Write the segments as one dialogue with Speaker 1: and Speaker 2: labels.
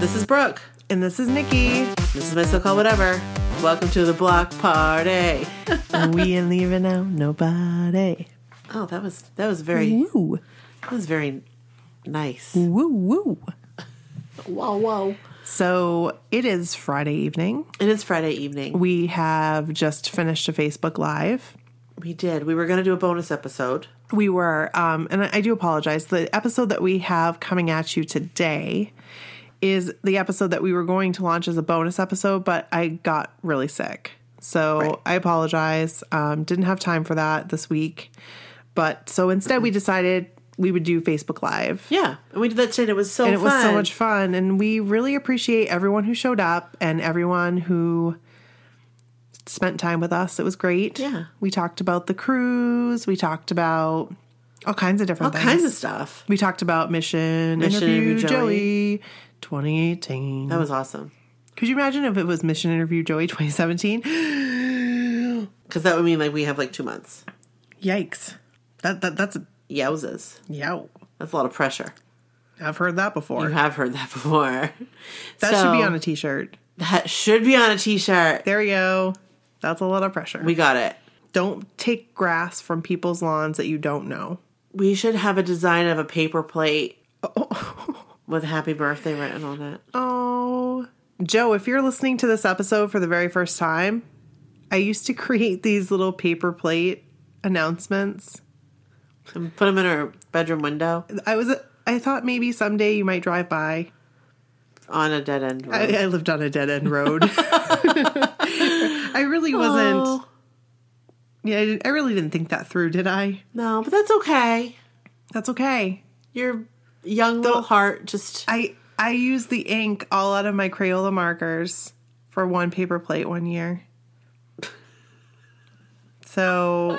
Speaker 1: This is Brooke.
Speaker 2: And this is Nikki.
Speaker 1: This is my so called whatever. Welcome to the block party.
Speaker 2: we ain't leaving out nobody.
Speaker 1: Oh, that was that was very
Speaker 2: Woo.
Speaker 1: that was very nice.
Speaker 2: Woo woo.
Speaker 1: Whoa, whoa.
Speaker 2: So it is Friday evening.
Speaker 1: It is Friday evening.
Speaker 2: We have just finished a Facebook Live.
Speaker 1: We did. We were gonna do a bonus episode.
Speaker 2: We were, um, and I, I do apologize. The episode that we have coming at you today is the episode that we were going to launch as a bonus episode, but I got really sick. So
Speaker 1: Right.
Speaker 2: I apologize. Um, didn't have time for that this week. But so instead, we decided we would do Facebook Live.
Speaker 1: Yeah. And we did that today and it was so
Speaker 2: and it
Speaker 1: fun.
Speaker 2: was so much fun and we really appreciate everyone who showed up and everyone who spent time with us it was great
Speaker 1: Yeah.
Speaker 2: we talked about the cruise we talked about all kinds of different
Speaker 1: all
Speaker 2: things
Speaker 1: kinds of stuff.
Speaker 2: we talked about mission,
Speaker 1: Mission
Speaker 2: interview,
Speaker 1: Interview
Speaker 2: joey, Oh. 2018
Speaker 1: That was awesome.
Speaker 2: could you imagine if it was mission interview joey 2017
Speaker 1: Because that would mean like we have like two months.
Speaker 2: yikes that, that that's
Speaker 1: Yowzes.
Speaker 2: yeah
Speaker 1: That's a lot of pressure.
Speaker 2: i've heard that before
Speaker 1: You have heard that before.
Speaker 2: that should be on a t-shirt
Speaker 1: that should be on a t-shirt.
Speaker 2: there we go that's a lot of pressure
Speaker 1: We got it.
Speaker 2: Don't take grass from people's lawns that you don't know.
Speaker 1: We should have a design of a paper plate with happy birthday written on it.
Speaker 2: Oh. Joe, if you're listening to this episode for the very first time, I used to create these little paper plate announcements.
Speaker 1: And put them in our bedroom window
Speaker 2: I was I thought maybe someday you might drive by.
Speaker 1: on a dead end road.
Speaker 2: I, I lived on a dead end road. I really wasn't.
Speaker 1: Oh,
Speaker 2: Yeah, I, didn't- I really didn't think that through, did I?
Speaker 1: no, but that's okay.
Speaker 2: That's okay.
Speaker 1: Your young little heart just
Speaker 2: I I used the ink all out of my Crayola markers for one paper plate one year. So,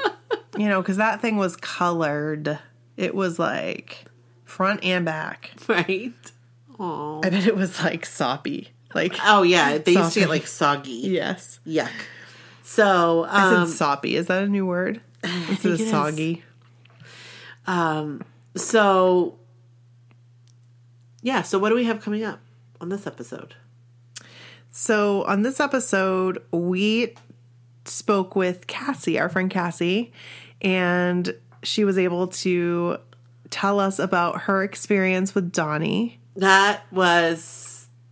Speaker 2: you know, because that thing was colored. It was like front and back.
Speaker 1: right. Oh,
Speaker 2: I bet it was like soppy. Like,
Speaker 1: oh yeah, they used to
Speaker 2: Soggy.
Speaker 1: get like soggy.
Speaker 2: yes.
Speaker 1: Yuck. So
Speaker 2: I said
Speaker 1: um,
Speaker 2: soppy. Is that a new word? Instead
Speaker 1: think
Speaker 2: of
Speaker 1: it is.
Speaker 2: soggy.
Speaker 1: so yeah. So what do we have coming up on this episode?
Speaker 2: So, on this episode, we spoke with Cassie, our friend Cassie, and she was able to tell us about her experience with Donnie.
Speaker 1: That was.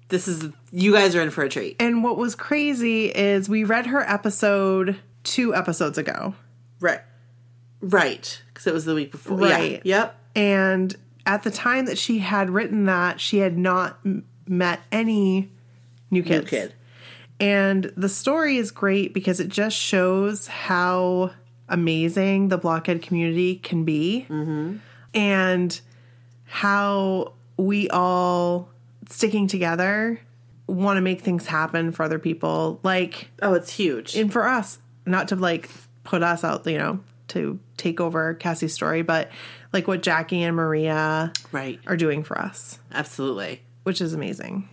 Speaker 1: This is you guys are in for a treat,
Speaker 2: And what was crazy is we read her episode two episodes ago.
Speaker 1: right? Right, because it was the week before.
Speaker 2: Right.
Speaker 1: Yeah. Yep.
Speaker 2: And at the time that she had written that, she had not m- met any new kids.
Speaker 1: kid.
Speaker 2: And the story is great because it just shows how amazing the blockhead community can be and how we all sticking together want to make things happen for other people. Like,
Speaker 1: Oh, it's huge.
Speaker 2: and for us, not to like put us out, you know, to take over Cassie's story, but like what Jackie and Maria
Speaker 1: right.
Speaker 2: are doing for us
Speaker 1: Absolutely.
Speaker 2: which is amazing.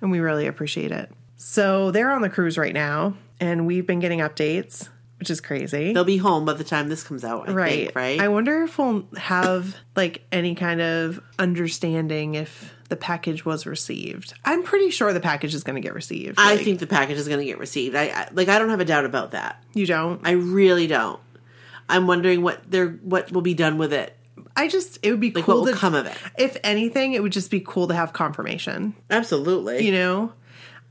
Speaker 2: And we really appreciate it. So they're on the cruise right now, and we've been getting updates, which is crazy.
Speaker 1: They'll be home by the time this comes out. I
Speaker 2: right.
Speaker 1: Think, right.
Speaker 2: I wonder if we'll have like any kind of understanding if the package was received. I'm pretty sure the package is going to get received.
Speaker 1: I
Speaker 2: Like,
Speaker 1: think the package is going to get received. I, I like. I don't have a doubt about that.
Speaker 2: you don't. I,
Speaker 1: I really don't. I'm wondering what they're what will be done with it.
Speaker 2: just it would be
Speaker 1: Like
Speaker 2: cool
Speaker 1: what will
Speaker 2: to
Speaker 1: come of it.
Speaker 2: If anything, it would just be cool to have confirmation.
Speaker 1: Absolutely.
Speaker 2: You know,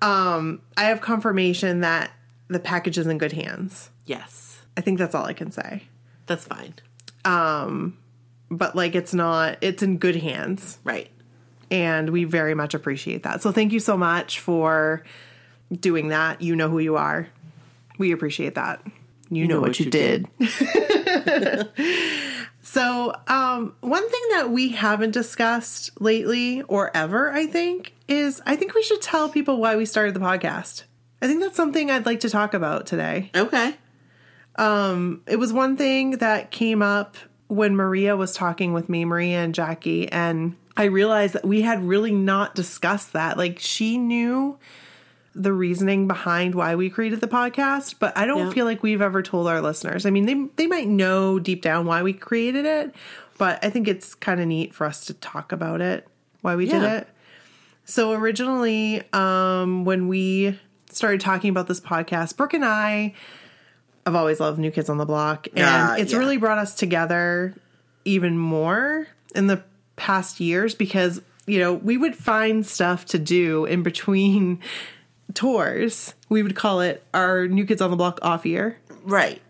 Speaker 2: um, I have confirmation that the package is in good hands.
Speaker 1: Yes.
Speaker 2: I think that's all I can say.
Speaker 1: That's fine.
Speaker 2: but like it's not it's in good hands
Speaker 1: Right.
Speaker 2: and we very much appreciate that so thank you so much for doing that you know who you are we appreciate that you, know, what, you, did, so um, one thing that we haven't discussed lately or ever i think is i think we should tell people why we started the podcast i think that's something i'd like to talk about today
Speaker 1: Okay.
Speaker 2: it was one thing that came up when Maria was talking with me, Maria and Jackie, and I realized that we had really not discussed that. Like she knew the reasoning behind why we created the podcast, but I don't
Speaker 1: Yeah.
Speaker 2: feel like we've ever told our listeners. I mean, they they might know deep down why we created it, but I think it's kind of neat for us to talk about it, why we did
Speaker 1: Yeah.
Speaker 2: it. So originally, um, when we started talking about this podcast, Brooke and I have always loved New Kids on the Block, and
Speaker 1: Yeah,
Speaker 2: it's
Speaker 1: yeah.
Speaker 2: really brought us together even more in the past years because you know we would find stuff to do in between tours. We would call it our New Kids on the Block off year.
Speaker 1: Right.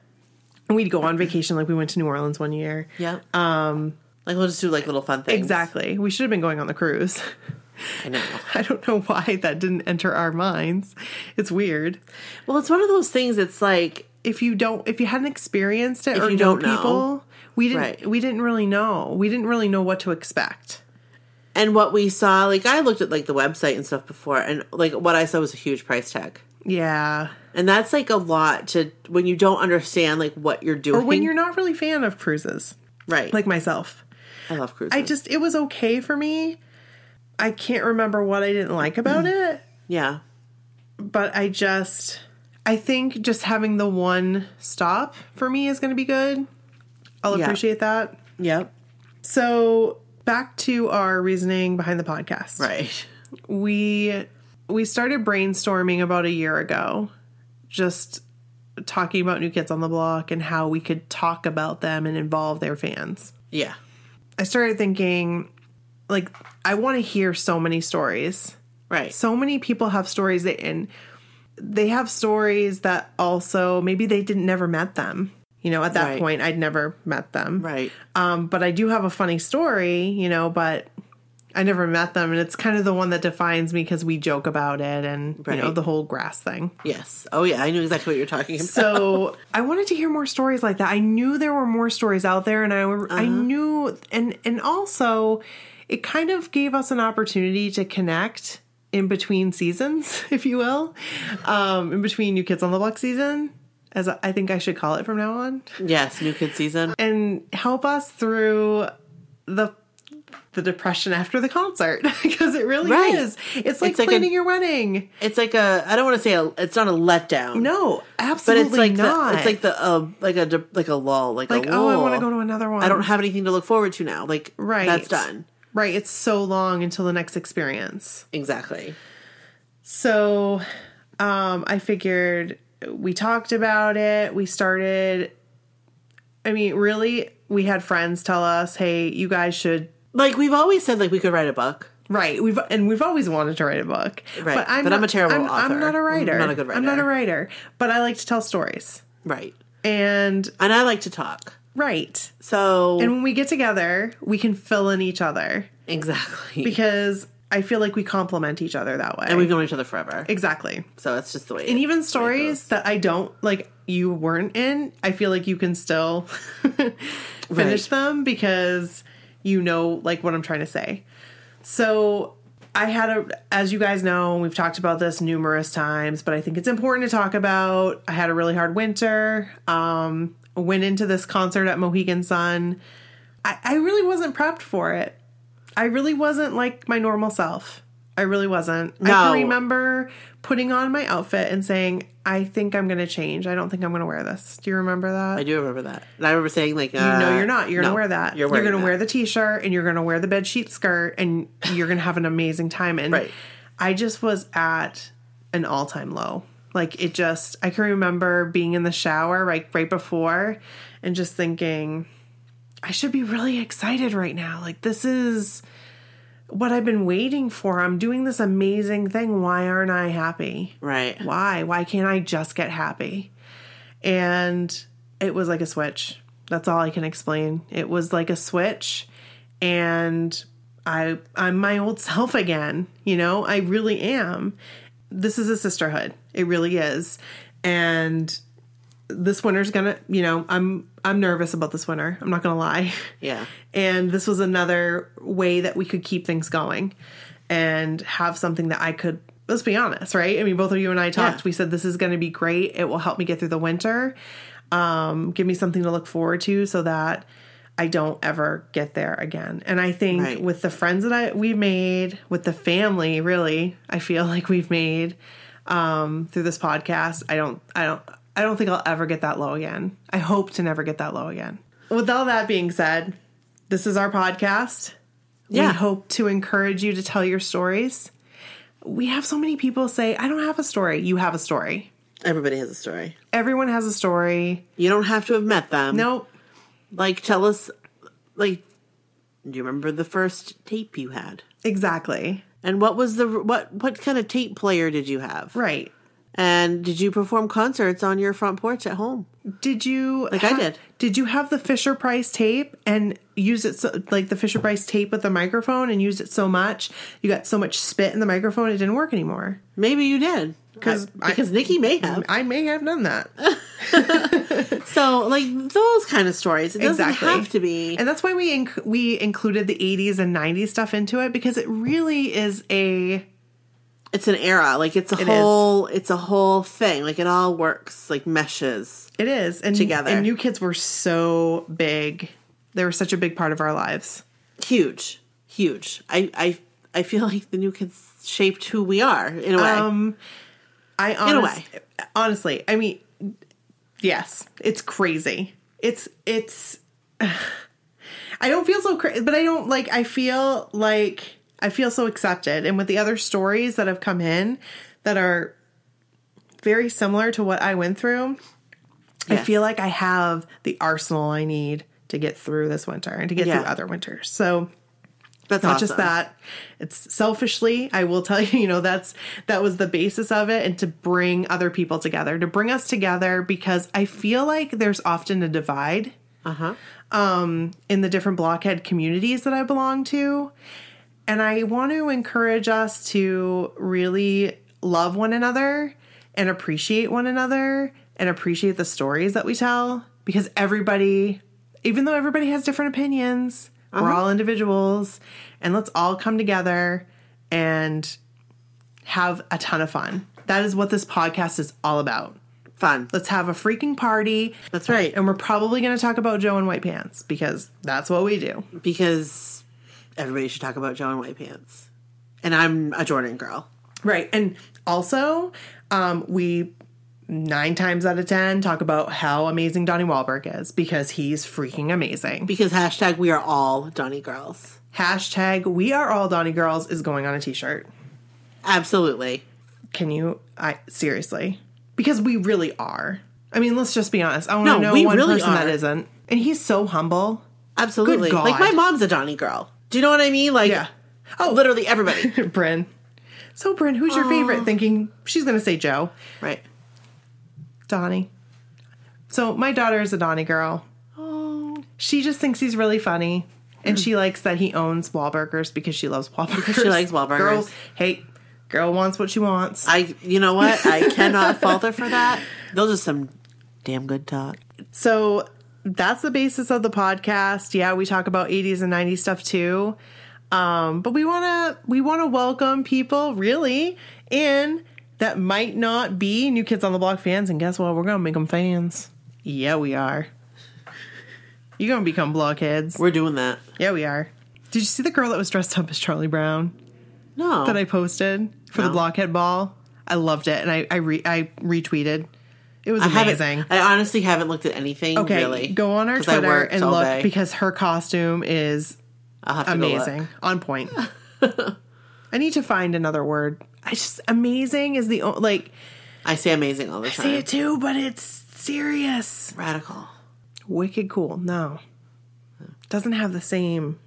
Speaker 2: We'd go on vacation, like we went to New Orleans one year.
Speaker 1: Yeah. Um, like we'll just do like little fun things.
Speaker 2: Exactly. We should have been going on the cruise.
Speaker 1: I know.
Speaker 2: I don't know why that didn't enter our minds. It's weird.
Speaker 1: Well, it's one of those things. It's like
Speaker 2: If you don't, if you hadn't experienced it or
Speaker 1: you
Speaker 2: know
Speaker 1: don't know.
Speaker 2: people, we didn't.
Speaker 1: Right.
Speaker 2: We didn't really know. We didn't really know what to expect.
Speaker 1: and what we saw. Like I looked at like the website and stuff before, and like what I saw was a huge price tag,
Speaker 2: Yeah.
Speaker 1: and that's like a lot to when you don't understand like what you're doing.
Speaker 2: Or when you're not really a fan of cruises,
Speaker 1: right,
Speaker 2: like myself,
Speaker 1: I love cruises.
Speaker 2: I just it was okay for me. I can't remember what I didn't like about
Speaker 1: Mm.
Speaker 2: it.
Speaker 1: yeah,
Speaker 2: but I just I think just having the one stop for me is going to be good. I'll
Speaker 1: Yeah.
Speaker 2: appreciate that.
Speaker 1: yep,
Speaker 2: So, back to our reasoning behind the podcast.
Speaker 1: right,
Speaker 2: We we started brainstorming about a year ago just talking about new kids on the block and how we could talk about them and involve their fans.
Speaker 1: yeah,
Speaker 2: I started thinking like I want to hear so many stories
Speaker 1: right,
Speaker 2: so many people have stories that and they have stories that also maybe they didn't never met them you know at that
Speaker 1: Right.
Speaker 2: point i'd never met them
Speaker 1: right,
Speaker 2: um, but i do have a funny story you know but i never met them and it's kind of the one that defines me because we joke about it and you know
Speaker 1: Right.
Speaker 2: the whole grass thing
Speaker 1: yes. Oh yeah, I knew exactly what you're talking about.
Speaker 2: so I wanted to hear more stories like that. I knew there were more stories out there, and I I knew and and also it kind of gave us an opportunity to connect in between seasons, if you will, um, in between New Kids on the Block season, as I think I should call it from now on,
Speaker 1: yes, new kid season.
Speaker 2: and help us through the. The depression after the concert because it really
Speaker 1: Right.
Speaker 2: is. It's like
Speaker 1: It's like a-
Speaker 2: planning your wedding.
Speaker 1: It's like a. I don't want to say a, it's not a letdown.
Speaker 2: No,
Speaker 1: But
Speaker 2: absolutely
Speaker 1: it's like
Speaker 2: not.
Speaker 1: The, it's like the uh, like a de- like a lull like
Speaker 2: like
Speaker 1: a
Speaker 2: oh, I want to
Speaker 1: lull.
Speaker 2: go to another one.
Speaker 1: I don't have anything to look forward to now. Like
Speaker 2: Right.
Speaker 1: that's done.
Speaker 2: Right. It's so long until the next experience.
Speaker 1: Exactly.
Speaker 2: So um, I figured we talked about it. We started, I mean, really, we had friends tell us, hey, you guys should.
Speaker 1: Like we've always said like we could write a book.
Speaker 2: Right, we've and we've always wanted to write a book,
Speaker 1: Right, but I'm a terrible
Speaker 2: I'm, I'm
Speaker 1: author.
Speaker 2: not a
Speaker 1: I'm
Speaker 2: writer.
Speaker 1: not a good
Speaker 2: I'm not a
Speaker 1: writer.
Speaker 2: writer, but I like to tell stories.
Speaker 1: Right.
Speaker 2: And
Speaker 1: And I like to talk.
Speaker 2: right,
Speaker 1: So
Speaker 2: and when we get together, we can fill in each other
Speaker 1: exactly.
Speaker 2: because I feel like we complement each other that way.
Speaker 1: and we've known each other forever.
Speaker 2: exactly.
Speaker 1: so that's just the way.
Speaker 2: and
Speaker 1: it-
Speaker 2: even stories that I don't like you weren't in, I feel like you can still finish
Speaker 1: Right.
Speaker 2: them because you know like what I'm trying to say. So I had a as you guys know, we've talked about this numerous times, but I think it's important to talk about. I had a really hard winter. Um went into this concert at Mohegan Sun. I, I really wasn't prepped for it. I really wasn't like my normal self. I really wasn't. I
Speaker 1: No.
Speaker 2: can remember putting on my outfit and saying, I think I'm going to change. I don't think I'm going to wear this. Do you remember that?
Speaker 1: I do remember that. And I remember saying like, uh,
Speaker 2: no, you're not. You're
Speaker 1: no,
Speaker 2: going to wear that.
Speaker 1: You're,
Speaker 2: You're,
Speaker 1: wearing
Speaker 2: going to
Speaker 1: that.
Speaker 2: wear the t shirt and you're going to wear the bed sheet skirt and you're going to have an amazing time. And
Speaker 1: Right.
Speaker 2: I just was at an all time low. Like it just, I can remember being in the shower like right before and just thinking, I should be really excited right now. Like this is what I've been waiting for. I'm doing this amazing thing. Why aren't I happy?
Speaker 1: right.
Speaker 2: why? Why can't I just get happy? And it was like a switch. That's all I can explain. It was like a switch and I I'm my old self again, you know? I really am. This is a sisterhood. It really is. And this winter's going to, you know, I'm I'm nervous about this winter. I'm not going to lie.
Speaker 1: Yeah.
Speaker 2: And this was another way that we could keep things going and have something that I could, let's be honest, right? I mean, both of you and I talked.
Speaker 1: Yeah.
Speaker 2: We said, this is going to be great. It will help me get through the winter. Um, give me something to look forward to so that I don't ever get there again. And I think
Speaker 1: Right.
Speaker 2: with the friends that I, we've made, with the family, really, I feel like we've made um, through this podcast, I don't, I don't, I don't think I'll ever get that low again. I hope to never get that low again. With all that being said, this is our podcast.
Speaker 1: Yeah.
Speaker 2: We hope to encourage you to tell your stories. we have so many people say, I don't have a story. You have a story.
Speaker 1: Everybody has a story.
Speaker 2: Everyone has a story.
Speaker 1: You don't have to have met them.
Speaker 2: Nope.
Speaker 1: Like, tell us, like, do you remember the first tape you had?
Speaker 2: Exactly.
Speaker 1: And what was the what what kind of tape player did you have?
Speaker 2: Right.
Speaker 1: And did you perform concerts on your front porch at home?
Speaker 2: Did you
Speaker 1: Like I
Speaker 2: ha-
Speaker 1: did.
Speaker 2: Did you have the Fisher Price tape and use it so, like the Fisher Price tape with the microphone and used it so much you got so much spit in the microphone it didn't work anymore?
Speaker 1: Maybe you did.
Speaker 2: 'Cause I- Mm.
Speaker 1: because Nikki may have.
Speaker 2: I may have done that.
Speaker 1: So like those kind of stories. It doesn't
Speaker 2: Exactly.
Speaker 1: have to be.
Speaker 2: And that's why we inc- we included the 80s and 90s stuff into it because it really is a
Speaker 1: It's an era. Like it's a
Speaker 2: is.
Speaker 1: whole. It's a whole thing. Like it all works. Like meshes.
Speaker 2: it is and
Speaker 1: Together.
Speaker 2: and new kids were so big. They were such a big part of our lives.
Speaker 1: Huge. Huge. I I I feel like the new kids shaped who we are in a way.
Speaker 2: Um I
Speaker 1: a
Speaker 2: honest, honestly, I mean yes, it's crazy. It's it's I don't feel so crazy, but I don't like I feel like I feel so accepted and with the other stories that have come in that are very similar to what I went through, I
Speaker 1: Yes.
Speaker 2: feel like I have the arsenal I need to get through this winter and to get
Speaker 1: Yeah.
Speaker 2: through other winters. So
Speaker 1: That's
Speaker 2: not
Speaker 1: awesome.
Speaker 2: just that it's selfishly i will tell you you know that's that was the basis of it and to bring other people together to bring us together because i feel like there's often a divide um,
Speaker 1: Uh huh.
Speaker 2: in the different blockhead communities that i belong to and i want to encourage us to really love one another and appreciate one another and appreciate the stories that we tell because everybody even though everybody has different opinions we're all individuals and let's all come together and have a ton of fun that is what this podcast is all about
Speaker 1: Fun.
Speaker 2: let's have a freaking party
Speaker 1: That's right.
Speaker 2: and we're probably going to talk about joe in white pants because that's what we do
Speaker 1: Because everybody should talk about Joe in white pants. And I'm a Jordan girl.
Speaker 2: Right. And also, um, we nine times out of 10 talk about how amazing Donnie Wahlberg is because he's freaking amazing.
Speaker 1: Because hashtag we are all Donny girls.
Speaker 2: Hashtag we are all Donnie girls is going on a t shirt.
Speaker 1: Absolutely.
Speaker 2: Can you? I seriously, because we really are. I mean, let's just be honest. I want to
Speaker 1: No,
Speaker 2: know
Speaker 1: we
Speaker 2: one
Speaker 1: really
Speaker 2: person that
Speaker 1: are.
Speaker 2: isn't. And he's so humble.
Speaker 1: Absolutely.
Speaker 2: Good God.
Speaker 1: Like my mom's a Donny girl. Do you know what I mean? Like
Speaker 2: Yeah.
Speaker 1: oh literally everybody.
Speaker 2: Bryn. So, Bryn, who's your favorite? Thinking she's going to say Joe.
Speaker 1: right.
Speaker 2: Donnie. So my daughter is a Donnie girl.
Speaker 1: Oh.
Speaker 2: She just thinks he's really funny. And she likes that he owns Wahlburgers because she loves Wahlburgers.
Speaker 1: She likes Wahlburgers.
Speaker 2: Girl, hey, girl wants what she wants.
Speaker 1: I you know what? I cannot falter for that. Those are some damn good talk.
Speaker 2: So that's the basis of the podcast. Yeah, we talk about 80s and 90s stuff too. Um, but we want to we want to welcome people really in that might not be new kids on the block fans and guess what? We're going to make them fans. Yeah, we are. You're going to become blockheads.
Speaker 1: We're doing that.
Speaker 2: Yeah, we are. Did you see the girl that was dressed up as Charlie Brown
Speaker 1: No.
Speaker 2: that I posted for the
Speaker 1: No.
Speaker 2: blockhead ball? I loved it and I I, re- I retweeted. It was
Speaker 1: I haven't-
Speaker 2: amazing.
Speaker 1: I honestly haven't looked at anything
Speaker 2: Okay,
Speaker 1: really.
Speaker 2: go on our
Speaker 1: 'Cause I
Speaker 2: Twitter
Speaker 1: worked
Speaker 2: and
Speaker 1: all
Speaker 2: look
Speaker 1: day.
Speaker 2: because her costume is
Speaker 1: I'll have to go look.
Speaker 2: amazing, on point. I need to find another word. I just amazing is the o- like
Speaker 1: I say amazing all the time.
Speaker 2: say it too, but it's serious,
Speaker 1: Radical.
Speaker 2: wicked cool. No, doesn't have the same.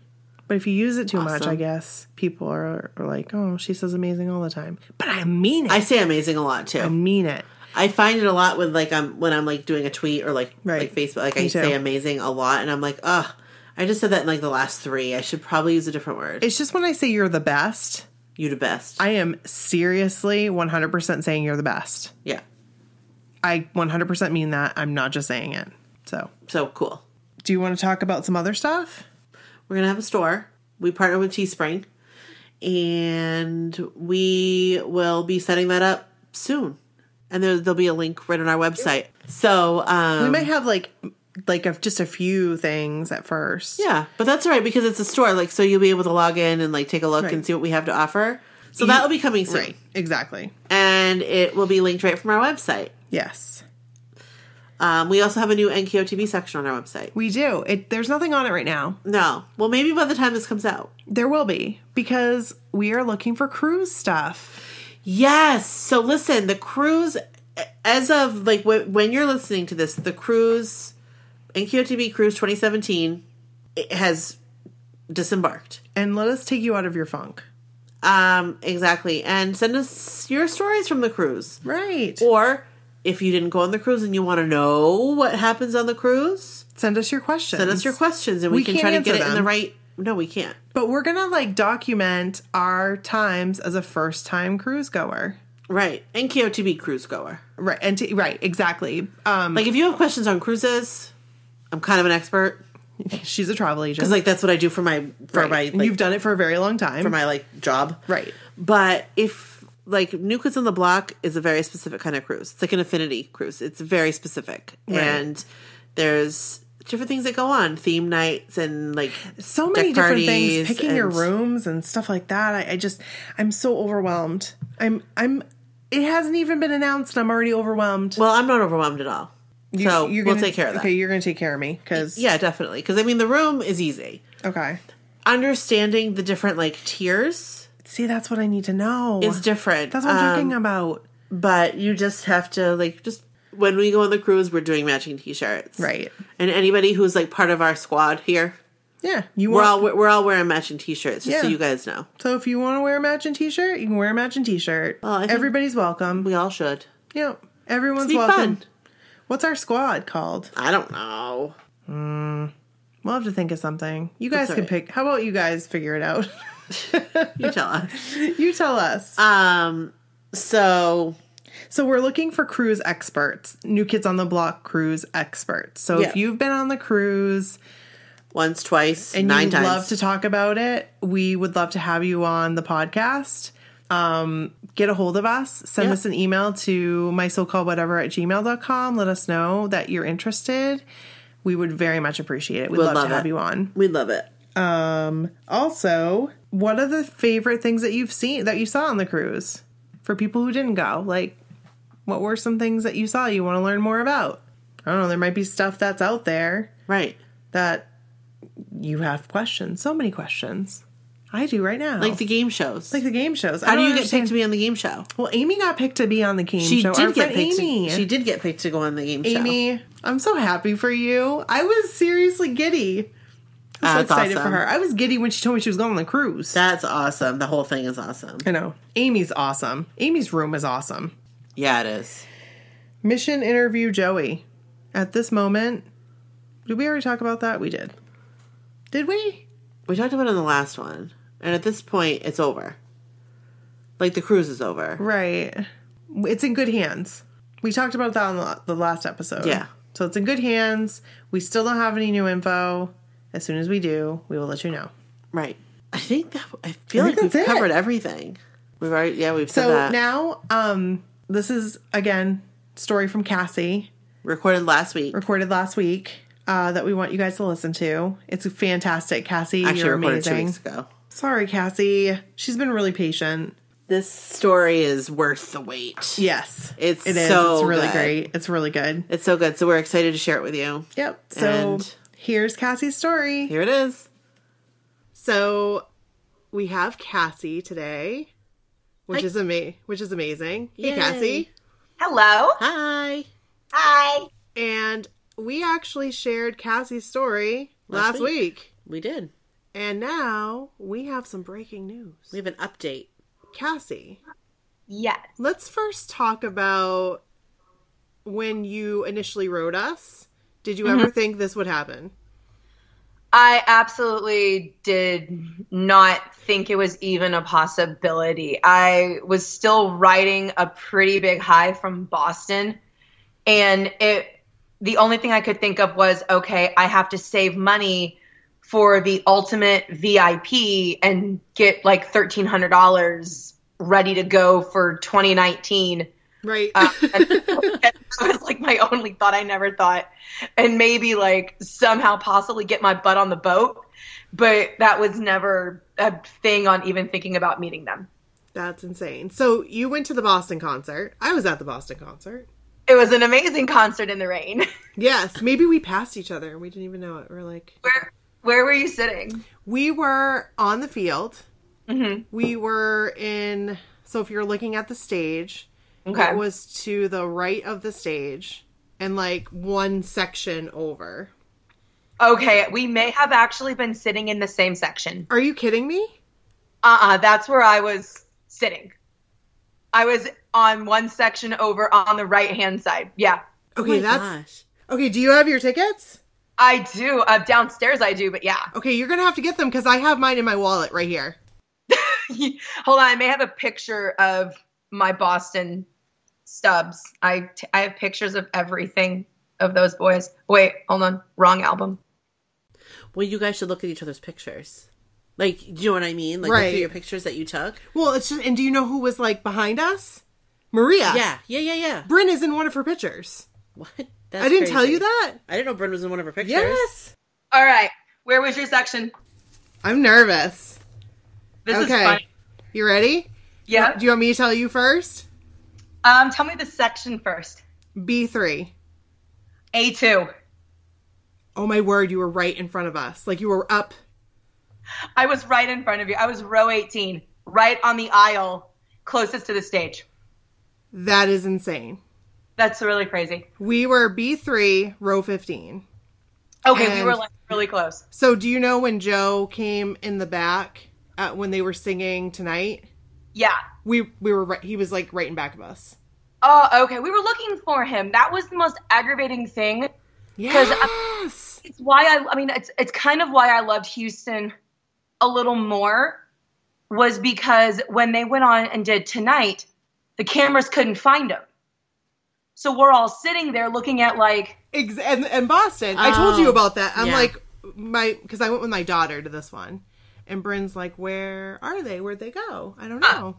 Speaker 2: But if you use it too much, I
Speaker 1: Awesome.
Speaker 2: guess people are, are like, "Oh, she says amazing all the time," but I mean it.
Speaker 1: I
Speaker 2: I,
Speaker 1: say amazing a lot too.
Speaker 2: mean it.
Speaker 1: I find it a lot with like I'm when I'm like doing a tweet or like
Speaker 2: Right.
Speaker 1: like Facebook. Like
Speaker 2: Me
Speaker 1: I say
Speaker 2: too.
Speaker 1: amazing a lot, and I'm like, ugh. I just said that in like the last three. I should probably use a different word.
Speaker 2: It's just when I say you're the best,
Speaker 1: you the best.
Speaker 2: I am seriously 100% saying you're the best.
Speaker 1: yeah.
Speaker 2: I 100% mean that. I'm not just saying it. So,
Speaker 1: So cool.
Speaker 2: do you want to talk about some other stuff?
Speaker 1: We're gonna have a store. We partner with Teespring, and we will be setting that up soon. And there, there'll be a link right on our website. So um,
Speaker 2: We might have like like a, just a few things at first.
Speaker 1: Yeah, but that's all right because it's a store. Like, so you'll be able to log in and like take a look
Speaker 2: Right.
Speaker 1: and see what we have to offer. So that will be coming soon,
Speaker 2: Right. Exactly.
Speaker 1: and it will be linked right from our website.
Speaker 2: Yes.
Speaker 1: Um, we also have a new NKO TV section on our website.
Speaker 2: We do. It, there's nothing on it right now.
Speaker 1: No. Well, maybe by the time this comes out.
Speaker 2: There will be because we are looking for cruise stuff.
Speaker 1: Yes. So listen, the cruise, as of like wh- when you're listening to this, the cruise, NKOTB Cruise 2017 it has disembarked.
Speaker 2: And let us take you out of your funk.
Speaker 1: Um, exactly. And send us your stories from the cruise.
Speaker 2: Right.
Speaker 1: Or if you didn't go on the cruise and you want to know what happens on the cruise,
Speaker 2: Send us your questions.
Speaker 1: send us your questions and we,
Speaker 2: We
Speaker 1: can
Speaker 2: can't
Speaker 1: try to get
Speaker 2: answer
Speaker 1: it in the
Speaker 2: them.
Speaker 1: right. No, we can't.
Speaker 2: But we're going to like document our times as a first time cruise goer.
Speaker 1: Right. And KOTB cruise goer.
Speaker 2: Right. And to, right, exactly. Um
Speaker 1: Like if you have questions on cruises, I'm kind of an expert.
Speaker 2: she's a travel agent.
Speaker 1: It's like that's what I do for my for
Speaker 2: Right.
Speaker 1: my like,
Speaker 2: You've done it for a very long time.
Speaker 1: for my like job.
Speaker 2: right.
Speaker 1: But if like New Kids on the Block is a very specific kind of cruise. It's like an affinity cruise. It's very specific. And there's different things that go on, theme nights and like
Speaker 2: So many
Speaker 1: deck
Speaker 2: different things.
Speaker 1: parties
Speaker 2: Picking your
Speaker 1: and-
Speaker 2: rooms and stuff like that. I, I just I'm so overwhelmed. I'm I'm it hasn't even been announced and I'm already overwhelmed.
Speaker 1: Well, I'm not overwhelmed at all. so
Speaker 2: you're
Speaker 1: we'll
Speaker 2: gonna-
Speaker 1: take care of that.
Speaker 2: Okay, you're going to take care of me because
Speaker 1: Yeah, definitely. Because I mean, the room is easy.
Speaker 2: okay.
Speaker 1: Understanding the different like tiers
Speaker 2: See, that's what I need to know.
Speaker 1: is different.
Speaker 2: that's what I'm
Speaker 1: Um,
Speaker 2: talking about.
Speaker 1: But you just have to like just when we go on the cruise, we're doing matching t-shirts,
Speaker 2: Right.
Speaker 1: And anybody who's like part of our squad here,
Speaker 2: Yeah, you
Speaker 1: we're
Speaker 2: want
Speaker 1: all we're all wearing matching t-shirts, just so
Speaker 2: Yeah.
Speaker 1: you guys know.
Speaker 2: So if you want to wear a matching T-shirt, you can wear a matching T-shirt.
Speaker 1: I think-
Speaker 2: Everybody's welcome.
Speaker 1: We all should.
Speaker 2: Yep, everyone's
Speaker 1: Be
Speaker 2: welcome.
Speaker 1: fun.
Speaker 2: What's our squad called?
Speaker 1: I don't know.
Speaker 2: We'll have to think of something. You guys
Speaker 1: That's
Speaker 2: can
Speaker 1: all
Speaker 2: pick. How about you guys figure it out?
Speaker 1: You tell us.
Speaker 2: you tell us.
Speaker 1: Um. So
Speaker 2: so we're looking for cruise experts, new kids on the block cruise experts. So
Speaker 1: Yeah.
Speaker 2: if you've been on the cruise
Speaker 1: once, twice,
Speaker 2: and
Speaker 1: nine
Speaker 2: you
Speaker 1: times.
Speaker 2: love to talk about it, we would love to have you on the podcast. Um, get a hold of us. Send
Speaker 1: Yeah.
Speaker 2: us an email to my so called whatever at gmail.com. Let us know that you're interested. We would very much appreciate it. We'd
Speaker 1: Would
Speaker 2: love,
Speaker 1: love
Speaker 2: to have
Speaker 1: it.
Speaker 2: you on.
Speaker 1: we love it.
Speaker 2: Also, what are the favorite things that you've seen that you saw on the cruise for people who didn't go? Like, what were some things that you saw you want to learn more about? I don't know. There might be stuff that's out there
Speaker 1: Right.
Speaker 2: that you have questions. So many questions. I do right now.
Speaker 1: Like the game shows.
Speaker 2: Oh. like the game shows.
Speaker 1: How do you get picked to be on the game show?
Speaker 2: Well, Amy got picked to be on the game
Speaker 1: She
Speaker 2: show. Our
Speaker 1: did get
Speaker 2: friend
Speaker 1: picked.
Speaker 2: Amy.
Speaker 1: To, she did get picked to go on the game show.
Speaker 2: Amy, I'm so happy for you. I was seriously giddy. I'm so
Speaker 1: That's
Speaker 2: excited
Speaker 1: awesome.
Speaker 2: for her. I was giddy when she told me she was going on the cruise.
Speaker 1: That's awesome. The whole thing is awesome.
Speaker 2: I know. Amy's awesome. Amy's room is awesome.
Speaker 1: Yeah, it is.
Speaker 2: Mission interview Joey. At this moment, did we already talk about that? We did. Did we?
Speaker 1: We talked about it in the last one, and at this point, it's over. Like the cruise is over.
Speaker 2: Right. It's in good hands. We talked about that on the- the last episode.
Speaker 1: Yeah.
Speaker 2: So it's in good hands. We still don't have any new info. As soon as we do, we will let you know.
Speaker 1: Right. I think that I feel
Speaker 2: I
Speaker 1: like
Speaker 2: think
Speaker 1: we've
Speaker 2: that's it.
Speaker 1: covered everything. We've already yeah we've said
Speaker 2: So
Speaker 1: that.
Speaker 2: now, um, this is again story from Cassie,
Speaker 1: Recorded last week.
Speaker 2: recorded last week, uh, that we want you guys to listen to. It's fantastic, Cassie.
Speaker 1: Actually,
Speaker 2: you're
Speaker 1: recorded
Speaker 2: amazing.
Speaker 1: two weeks ago.
Speaker 2: Sorry, Cassie. She's been really patient.
Speaker 1: This story is worth the wait.
Speaker 2: Yes.
Speaker 1: It's
Speaker 2: It is.
Speaker 1: so
Speaker 2: it's really
Speaker 1: good.
Speaker 2: great. It's really good.
Speaker 1: It's so good. So we're excited to share it with you.
Speaker 2: Yep. So
Speaker 1: And-
Speaker 2: here's Cassie's story.
Speaker 1: Here it is.
Speaker 2: So we have Cassie today, which is ama- which is amazing. Hey
Speaker 1: Yay.
Speaker 2: Cassie.
Speaker 3: Hello.
Speaker 1: Hi.
Speaker 3: Hi.
Speaker 2: And we actually shared Cassie's story last,
Speaker 1: Last
Speaker 2: week.
Speaker 1: We did.
Speaker 2: And now we have some breaking news.
Speaker 1: We have an update.
Speaker 2: Cassie,
Speaker 3: Yes.
Speaker 2: let's first talk about when you initially wrote us. Did you ever think this would happen?
Speaker 3: I absolutely did not think it was even a possibility. I was still riding a pretty big high from Boston and it the only thing I could think of was okay, I have to save money for the ultimate VIP and get like $1300 ready to go for 2019.
Speaker 2: Right.
Speaker 3: Uh, and that was like my only thought I never thought. And maybe like somehow possibly get my butt on the boat. But that was never a thing on even thinking about meeting them.
Speaker 2: That's insane. So you went to the Boston concert. I was at the Boston concert.
Speaker 3: It was an amazing concert in the rain.
Speaker 2: Yes, maybe we passed each other. We didn't even know it. We are like,
Speaker 3: Where where were you sitting?
Speaker 2: we were on the field. We were in. So if you're looking at the stage,
Speaker 3: Okay.
Speaker 2: it was to the right of the stage and like one section over.
Speaker 3: okay, we may have actually been sitting in the same section.
Speaker 2: Are you kidding me?
Speaker 3: Uh-uh, that's where I was sitting. I was on one section over on the right-hand side. Yeah.
Speaker 2: Okay,
Speaker 1: Oh my
Speaker 2: that's
Speaker 1: gosh.
Speaker 2: okay. Do you have your tickets?
Speaker 3: I do. Uh, downstairs I do, but yeah.
Speaker 2: Okay, you're gonna have to get them because I have mine in my wallet right here.
Speaker 3: Hold on, I may have a picture of my Boston stubs. I t- I have pictures of everything of those boys. Wait, hold on, wrong album.
Speaker 1: Well, you guys should look at each other's pictures. Like, do you know what I mean? Like, look
Speaker 2: Right.
Speaker 1: at your pictures that you took.
Speaker 2: Well, it's just, and do you know who was like behind us? Maria.
Speaker 1: Yeah, yeah, yeah, yeah.
Speaker 2: Bryn is in one of her pictures.
Speaker 1: What?
Speaker 2: I didn't tell
Speaker 1: crazy.
Speaker 2: you that.
Speaker 1: I didn't know Bryn was in one of her pictures.
Speaker 2: Yes.
Speaker 3: All right, where was your section?
Speaker 2: I'm nervous.
Speaker 3: This
Speaker 2: okay.
Speaker 3: is fun.
Speaker 2: You ready?
Speaker 3: Yeah.
Speaker 2: Do you want me to tell you first?
Speaker 3: Um, tell me the section first.
Speaker 2: B3.
Speaker 3: A two.
Speaker 2: Oh my word, you were right in front of us. Like you were up.
Speaker 3: I was right in front of you. I was row eighteen, right on the aisle closest to the stage.
Speaker 2: That is insane.
Speaker 3: That's really crazy.
Speaker 2: We were B3, row 15.
Speaker 3: Okay, we
Speaker 2: And-
Speaker 3: were like really close.
Speaker 2: So do you know when Joe came in the back uh, when they were singing tonight?
Speaker 3: Yeah.
Speaker 2: We we were right, he was like right in back of us.
Speaker 3: Oh, okay. We were looking for him. That was the most aggravating thing
Speaker 2: Yes.
Speaker 3: it's why I I mean it's it's kind of why I loved Houston a little more was because when they went on and did tonight, the cameras couldn't find him. So we're all sitting there looking at like
Speaker 2: Ex- and, and Boston. I told
Speaker 1: Oh,
Speaker 2: you about that. I'm
Speaker 1: yeah.
Speaker 2: like my because I went with my daughter to this one, and Bryn's like, "Where are they? Where'd they go? I
Speaker 3: Uh,
Speaker 2: don't know."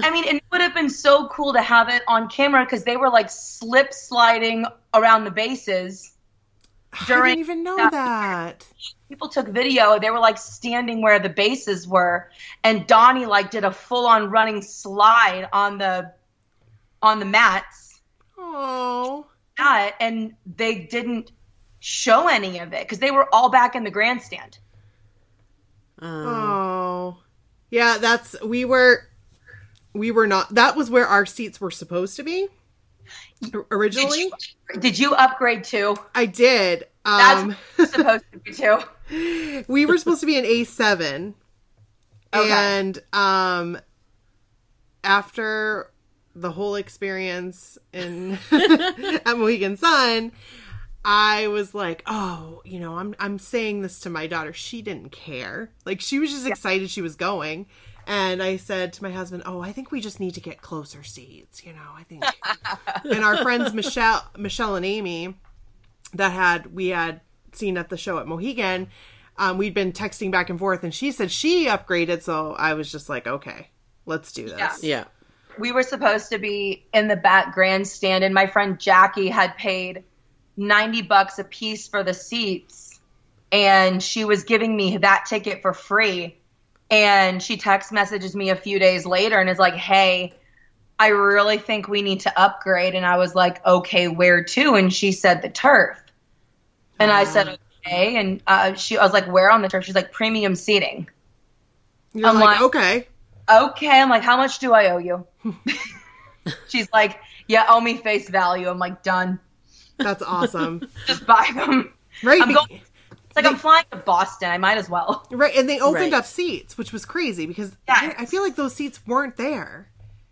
Speaker 3: I mean, it would have been so cool to have it on camera because they were like slip sliding around the bases.
Speaker 2: I
Speaker 3: during
Speaker 2: didn't even know
Speaker 3: that-
Speaker 2: that.
Speaker 3: People took video. They were like standing where the bases were, and Donnie like did a full on running slide on the on the mats.
Speaker 2: Oh,
Speaker 3: that and they didn't show any of it because they were all back in the grandstand Mm.
Speaker 1: Um,
Speaker 2: oh, yeah. That's we were, we were not. That was where our seats were supposed to be o- originally.
Speaker 3: did you upgrade too
Speaker 2: I did.
Speaker 3: that's
Speaker 2: Um,
Speaker 3: what you're supposed to be too
Speaker 2: we were supposed to be in A seven,
Speaker 3: Okay.
Speaker 2: and um, after the whole experience in at Mohegan Sun, I was like, oh, you know, I'm I'm saying this to my daughter. She didn't care. Like she was just excited she was going. And I said to my husband, "Oh, I think we just need to get closer seats, you know. I think." and our friends Michelle, Michelle and Amy, that had we had seen at the show at Mohegan, um, we'd been texting back and forth, and she said she upgraded. So I was just like, okay, let's do this.
Speaker 3: Yeah.
Speaker 1: yeah.
Speaker 3: we were supposed to be in the back grandstand and my friend jackie had paid 90 bucks a piece for the seats and she was giving me that ticket for free and she text messages me a few days later and is like hey i really think we need to upgrade and i was like okay where to and she said the turf and i said okay and uh, she i was like where on the turf she's like premium seating
Speaker 2: You're
Speaker 3: I'm
Speaker 2: like,
Speaker 3: like-
Speaker 2: okay,
Speaker 3: okay. I'm like, how much do I owe you? She's like, yeah, owe me face value. I'm like, done.
Speaker 2: that's awesome,
Speaker 3: Just buy them.
Speaker 2: right?
Speaker 3: I'm
Speaker 2: be-
Speaker 3: going- It's like I'm flying to Boston. I might as well.
Speaker 2: right, and they opened
Speaker 1: Right.
Speaker 2: up seats, which was crazy because
Speaker 3: Yes.
Speaker 2: I feel like those seats weren't there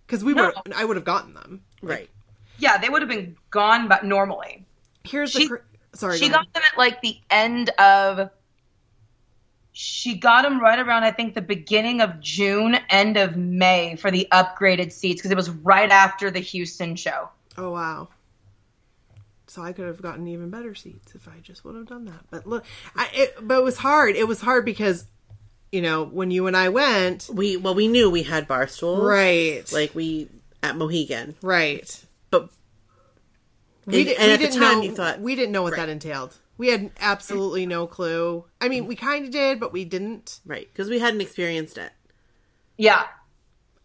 Speaker 2: because we
Speaker 3: No.
Speaker 2: were. I would have gotten them.
Speaker 1: Right.
Speaker 3: Yeah, they would have been gone, but normally
Speaker 2: Here's
Speaker 3: She-
Speaker 2: the cr- sorry.
Speaker 3: she
Speaker 2: go ahead.
Speaker 3: got them at like the end of. She got them right around I think the beginning of June, end of May for the upgraded seats because it was right after the Houston show.
Speaker 2: Oh wow. So I could have gotten even better seats if I just would have done that. But look, I, it, but it was hard. It was hard because, you know, when you and I went,
Speaker 1: We well, we knew we had bar stools,
Speaker 2: right,
Speaker 1: Like we at Mohegan,
Speaker 2: right.
Speaker 1: but
Speaker 2: We,
Speaker 1: And-
Speaker 2: di-
Speaker 1: and
Speaker 2: we
Speaker 1: at the
Speaker 2: didn't
Speaker 1: time
Speaker 2: know,
Speaker 1: you thought-
Speaker 2: we didn't know what that entailed. We had absolutely no clue. I mean, we kind of did, but we didn't.
Speaker 1: right because we hadn't experienced it.
Speaker 3: Yeah,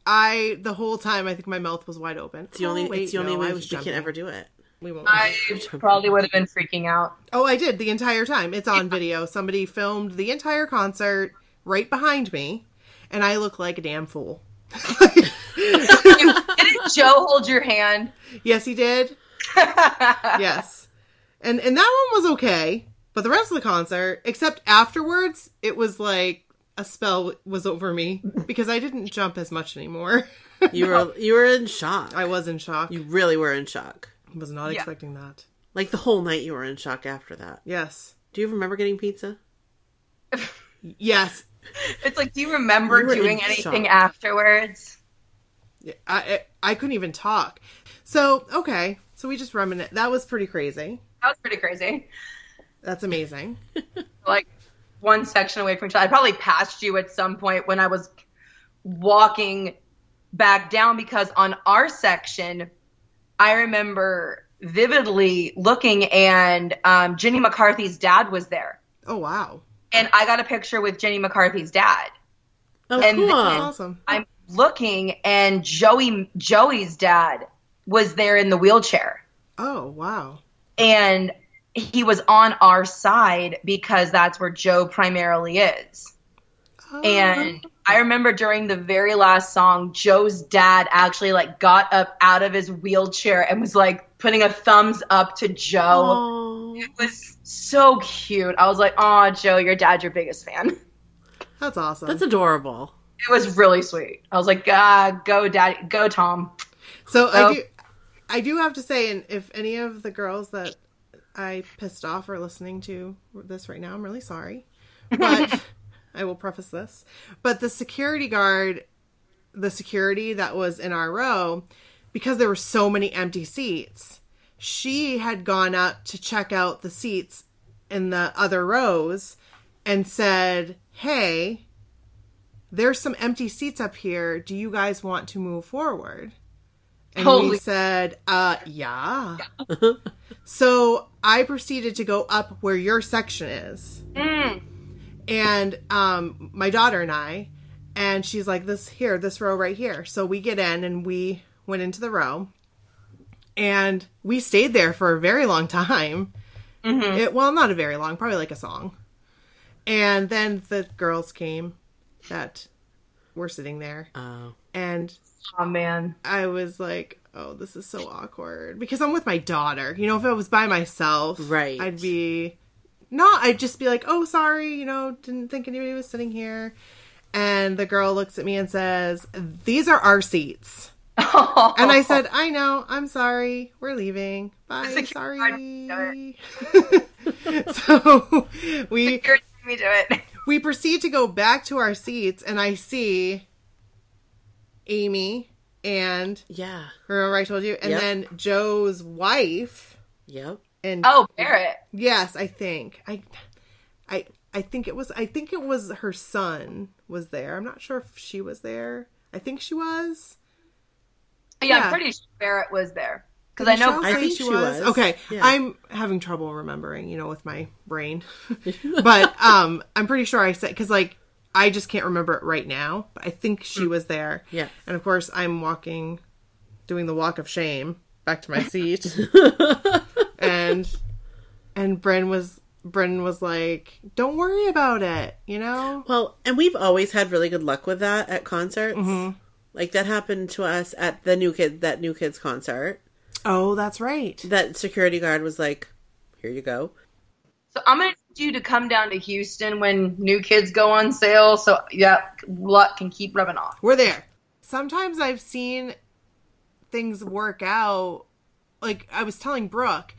Speaker 2: I the whole time I think my mouth was wide open.
Speaker 1: It's the only.
Speaker 2: oh, wait,
Speaker 1: it's the only
Speaker 2: no, I
Speaker 1: way we
Speaker 2: was
Speaker 1: can
Speaker 2: jumping.
Speaker 1: ever do it.
Speaker 2: We won't.
Speaker 3: I probably would have been freaking out.
Speaker 2: Oh, I did the entire time. It's on video. Somebody filmed the entire concert right behind me, and I look like a damn fool.
Speaker 3: Didn't Joe hold your hand?
Speaker 2: yes, he did. yes. And and that one was okay, but the rest of the concert, except afterwards, it was like a spell was over me because I didn't jump as much anymore.
Speaker 1: You were you were in shock.
Speaker 2: I was in shock.
Speaker 1: You really were in shock.
Speaker 2: was not
Speaker 3: Yeah.
Speaker 2: expecting that.
Speaker 1: Like the whole night you were in shock after that.
Speaker 2: Yes.
Speaker 1: Do you remember getting pizza?
Speaker 2: Yes.
Speaker 3: It's like, do you remember
Speaker 1: We were
Speaker 3: doing
Speaker 1: in
Speaker 3: anything
Speaker 1: shock.
Speaker 3: afterwards?
Speaker 2: I I, I couldn't even talk. So, okay. So we just reminisce. That was pretty crazy.
Speaker 3: That was pretty crazy.
Speaker 2: That's amazing.
Speaker 3: Like one section away from each other. I probably passed you at some point when I was walking back down because on our section, I remember vividly looking and um, Jenny McCarthy's dad was there.
Speaker 2: Oh, wow.
Speaker 3: And I got a picture with Jenny McCarthy's dad.
Speaker 1: Oh,
Speaker 3: And-
Speaker 1: cool.
Speaker 2: That's awesome.
Speaker 3: I'm looking and Joey Joey's dad was there in the wheelchair
Speaker 2: Oh, wow.
Speaker 3: and he was on our side because that's where Joe primarily is.
Speaker 2: Oh.
Speaker 3: And I remember during the very last song Joe's dad actually like got up out of his wheelchair and was like putting a thumbs up to Joe.
Speaker 1: Oh,
Speaker 3: It was so cute. I was like, "Oh, Joe, your dad's your biggest fan." It
Speaker 2: that's awesome.
Speaker 1: that's adorable.
Speaker 3: was really sweet. I was like, "Ah, go dad, go Tom."
Speaker 2: So I
Speaker 3: So-
Speaker 2: do, I do have to say, and if any of the girls that I pissed off are listening to this right now, I'm really sorry. But I will preface this. But the security guard, the security that was in our row, because there were so many empty seats, she had gone up to check out the seats in the other rows and said, Hey, there's some empty seats up here. Do you guys want to move forward? And we
Speaker 3: Holy-
Speaker 2: said, uh, yeah. so I proceeded to go up where your section is. And um, my daughter and I, and she's like, this here, this row right here. So we get in and we went into the row and we stayed there for a very long time. It, well, not a very long, probably like a song. And then the girls came that were sitting there,
Speaker 1: Oh.
Speaker 2: and
Speaker 3: Oh man.
Speaker 2: I was like, "Oh, this is so awkward," because I'm with my daughter. You know, if I was by myself,
Speaker 1: Right.
Speaker 2: I'd be not. I'd just be like, "Oh, sorry," you know, didn't think anybody was sitting here. And the girl looks at me and says, "These are our seats." And I said, I know, I'm sorry, we're leaving. Bye,
Speaker 3: Security
Speaker 2: sorry. so we
Speaker 3: Here, let me do it.
Speaker 2: we proceed to go back to our seats and I see Amy and
Speaker 1: Yeah.
Speaker 2: remember I told you? And
Speaker 1: Yep.
Speaker 2: then Joe's wife
Speaker 1: Yep.
Speaker 2: and
Speaker 3: Oh, Barrett.
Speaker 2: yes, I think. I I I think it was I think it was her son was there. I'm not sure if she was there. I think she was.
Speaker 3: Yeah,
Speaker 2: Yeah.
Speaker 3: I'm pretty sure Barrett was there because
Speaker 2: Did
Speaker 3: I know.
Speaker 2: Michelle
Speaker 1: I
Speaker 2: say
Speaker 1: think she was.
Speaker 2: Okay,
Speaker 1: Yeah.
Speaker 2: I'm having trouble remembering, you know, with my brain, but um, I'm pretty sure I said because like I just can't remember it right now. But I think she was there.
Speaker 1: Mm. Yeah.
Speaker 2: and of course I'm walking, doing the walk of shame back to my seat, and and Bryn was Bryn was like, "Don't worry about it," you know.
Speaker 1: Well, and we've always had really good luck with that at concerts.
Speaker 2: Mm-hmm.
Speaker 1: Like that happened to us at the new kid that new kids concert.
Speaker 2: Oh, that's right.
Speaker 1: That security guard was like, "Here you go."
Speaker 3: So I'm gonna need you to come down to Houston when new kids go on sale. So yeah, luck can keep rubbing off.
Speaker 2: We're there. Sometimes I've seen things work out. Like I was telling Brooke,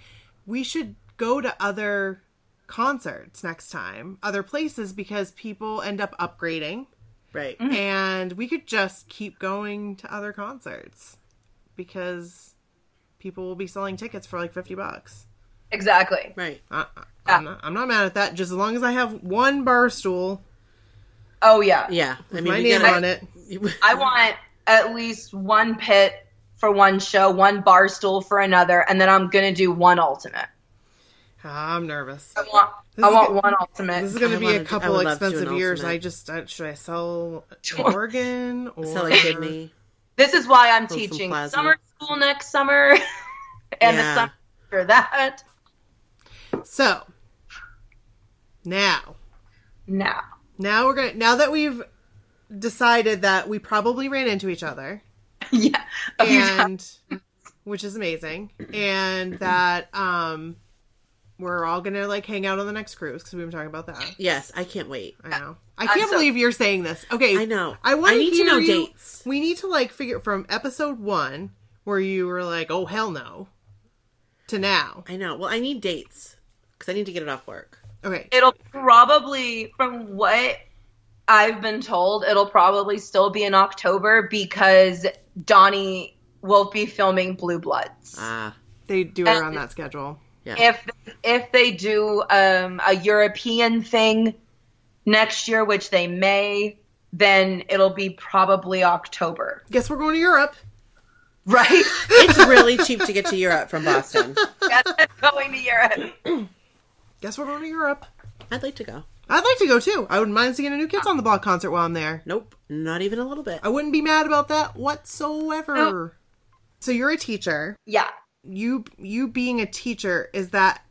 Speaker 2: we should go to other concerts next time, other places, because people end up upgrading
Speaker 1: Right.
Speaker 2: and we could just keep going to other concerts because people will be selling tickets for like 50 bucks.
Speaker 3: Exactly.
Speaker 1: Right.
Speaker 2: I, I- I'm, not, I'm not mad at that, just as long as I have one bar stool,
Speaker 3: Oh yeah.
Speaker 1: Yeah. I mean,
Speaker 2: my
Speaker 1: we
Speaker 2: name
Speaker 1: gotta-
Speaker 2: on it.
Speaker 3: I want at least one pit for one show, one bar stool for another, and then I'm gonna do one ultimate.
Speaker 2: I'm nervous.
Speaker 3: I want.
Speaker 2: This
Speaker 3: I
Speaker 2: is
Speaker 3: want
Speaker 2: good.
Speaker 3: one
Speaker 2: This is
Speaker 3: ultimate.
Speaker 2: going
Speaker 1: I
Speaker 2: to be
Speaker 1: wanna-
Speaker 2: a
Speaker 1: I
Speaker 2: couple
Speaker 1: would love to
Speaker 2: expensive
Speaker 1: an
Speaker 2: years.
Speaker 1: alternate.
Speaker 2: I just I, should I sell an
Speaker 3: Sure.
Speaker 2: organ or
Speaker 1: sell a kidney.
Speaker 3: This is why I'm
Speaker 1: Throw some
Speaker 3: teaching
Speaker 1: plasma.
Speaker 3: summer school next summer,
Speaker 1: Yeah.
Speaker 3: and the summer after that.
Speaker 2: So now,
Speaker 3: No.
Speaker 2: now we're gonna. Now that we've decided that we probably ran into each other,
Speaker 3: Oh, yeah. A few times.
Speaker 2: and which is amazing, and that um, we're all gonna like hang out on the next cruise because we've been talking about that.
Speaker 1: Yes, I can't wait.
Speaker 2: I know. I
Speaker 3: I'm
Speaker 2: can't
Speaker 3: so-
Speaker 2: believe you're saying this. Okay,
Speaker 1: I know.
Speaker 2: I want
Speaker 1: I need to
Speaker 2: hear
Speaker 1: know
Speaker 2: you-
Speaker 1: dates.
Speaker 2: We need to like figure from episode one where you were like, "Oh hell no," to now.
Speaker 1: I know. Well, I need dates because I need to get it off work.
Speaker 2: Okay,
Speaker 3: It'll probably, from what I've been told, it'll probably still be in October because Donnie will be filming Blue Bloods.
Speaker 1: Ah,
Speaker 2: they do it on that schedule.
Speaker 3: if if they do um, a European thing next year, which they may, then it'll be probably October,
Speaker 2: Guess we're going to Europe.
Speaker 3: right?
Speaker 1: it's really cheap to get to Europe from Boston.
Speaker 3: Yes, I'm going to Europe.
Speaker 2: Guess we're going to Europe.
Speaker 1: I'd like to go.
Speaker 2: I'd like to go too. I wouldn't mind seeing a new Kids on the Block concert while I'm there.
Speaker 1: Nope, not even a little bit.
Speaker 2: I wouldn't be mad about that whatsoever.
Speaker 3: No.
Speaker 2: So you're a teacher.
Speaker 3: Yeah,
Speaker 2: You you being a teacher is that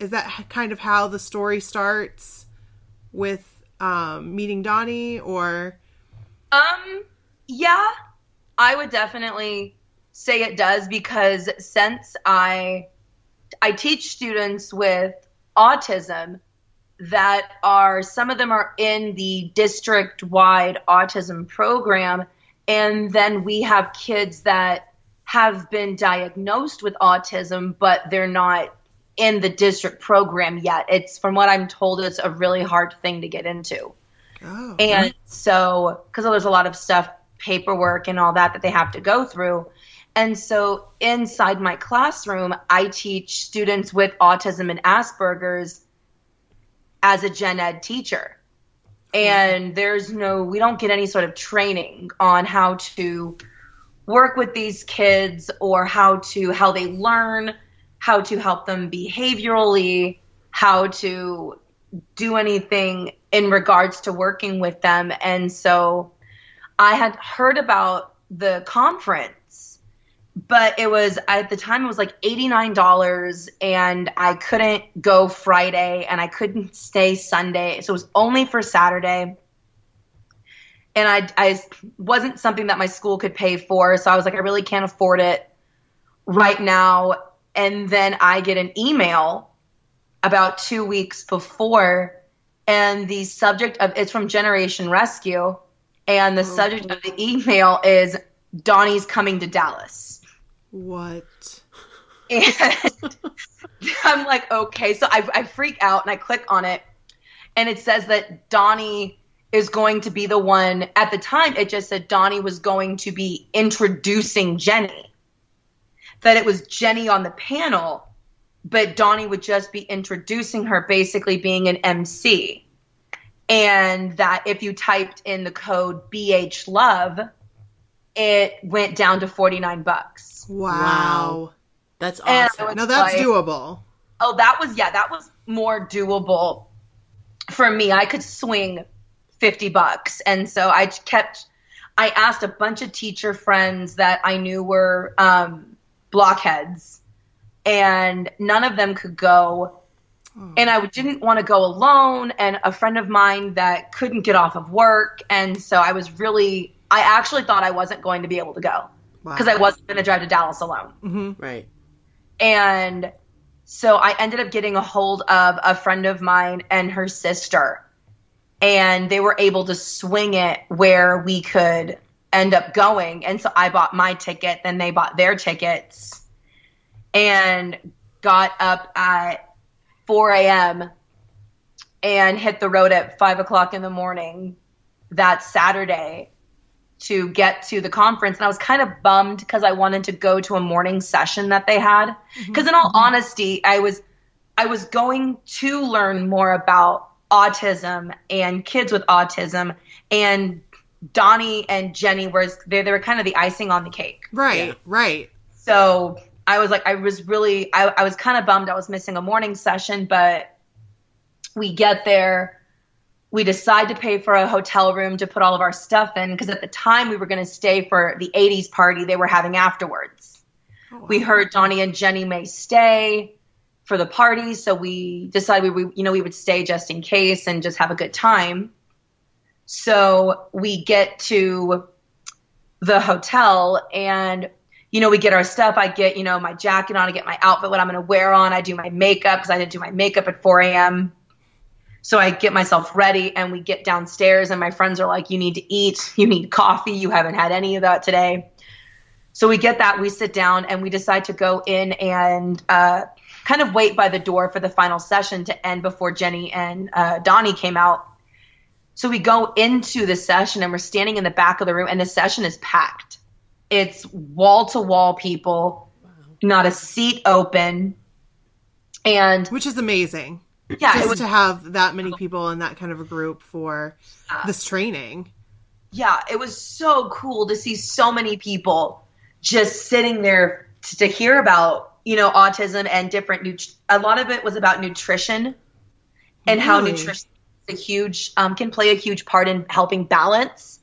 Speaker 2: is that kind of how the story starts with um, meeting Donnie or
Speaker 3: um, yeah, I would definitely say it does because since I I teach students with autism that are some of them are in the district wide autism program and then we have kids that have been diagnosed with autism but they're not in the district program yet it's from what i'm told it's a really hard thing to get into
Speaker 2: Oh.
Speaker 3: and so because there's a lot of stuff paperwork and all that that they have to go through and so inside my classroom i teach students with autism and asperger's as a gen ed teacher and there's no we don't get any sort of training on how to work with these kids or how to how they learn how to help them behaviorally how to do anything in regards to working with them and so i had heard about the conference but it was at the time it was like $89 and i couldn't go friday and i couldn't stay sunday so it was only for saturday and i, I wasn't something that my school could pay for so i was like i really can't afford it right now and then i get an email about two weeks before and the subject of it's from generation rescue and the subject of the email is donnie's coming to dallas
Speaker 2: what?
Speaker 3: and I'm like, okay. So I, I freak out and I click on it, and it says that Donnie is going to be the one. At the time, it just said Donnie was going to be introducing Jenny, that it was Jenny on the panel, but Donnie would just be introducing her, basically being an MC. And that if you typed in the code BH Love, it went down to 49 bucks.
Speaker 2: Wow.
Speaker 1: That's
Speaker 3: And I
Speaker 1: awesome.
Speaker 3: was
Speaker 2: Now that's
Speaker 3: like-
Speaker 2: doable.
Speaker 3: Oh, that was yeah, that was more doable for me. I could swing fifty bucks, and so I j- kept. I asked a bunch of teacher friends that I knew were um, blockheads, and none of them could go. And I didn't want to go alone, and a friend of mine that couldn't get off of work, and so I was really. I actually thought I wasn't going to be able to go
Speaker 2: Wow.
Speaker 3: because I wasn't going to drive to Dallas alone.
Speaker 2: Mhm.
Speaker 1: right.
Speaker 3: And so I ended up getting a hold of a friend of mine and her sister. And they were able to swing it where we could end up going. And so I bought my ticket, then they bought their tickets and got up at 4 a.m. and hit the road at 5 o'clock in the morning that Saturday to get to the conference. And I was kind of bummed because I wanted to go to a morning session that they had. Because in all honesty, I was I was going to learn more about autism and kids with autism and Donnie and Jenny were they, they were kind of the icing on the cake.
Speaker 2: Right,
Speaker 1: Yeah.
Speaker 2: right.
Speaker 3: So I was like, I was really, I, I was kind of bummed I was missing a morning session, but we get there. We decide to pay for a hotel room to put all of our stuff in because at the time we were going to stay for the 80s party they were having afterwards. We heard Donnie and Jenny may stay for the party, so we decided we, we you know we would stay just in case and just have a good time. So we get to the hotel and you know we get our stuff. I get you know my jacket on, I get my outfit, what I'm going to wear on. I do my makeup because I didn't do my makeup at 4 a.m. So I get myself ready and we get downstairs, and my friends are like, You need to eat. You need coffee. You haven't had any of that today. So we get that. We sit down and we decide to go in and uh, kind of wait by the door for the final session to end before Jenny and uh, Donnie came out. So we go into the session and we're standing in the back of the room, and the session is packed. It's wall to wall people, not a seat open. And
Speaker 2: Which is amazing.
Speaker 3: yeah, it
Speaker 2: Just
Speaker 3: was
Speaker 2: to have that many people in that kind of a group for this training.
Speaker 3: yeah, it was so cool to see so many people just sitting there t- to hear about, you know, autism and different nut- a lot of it was about nutrition and how
Speaker 2: Really?
Speaker 3: nutrition is a huge um, can play a huge part in helping balance.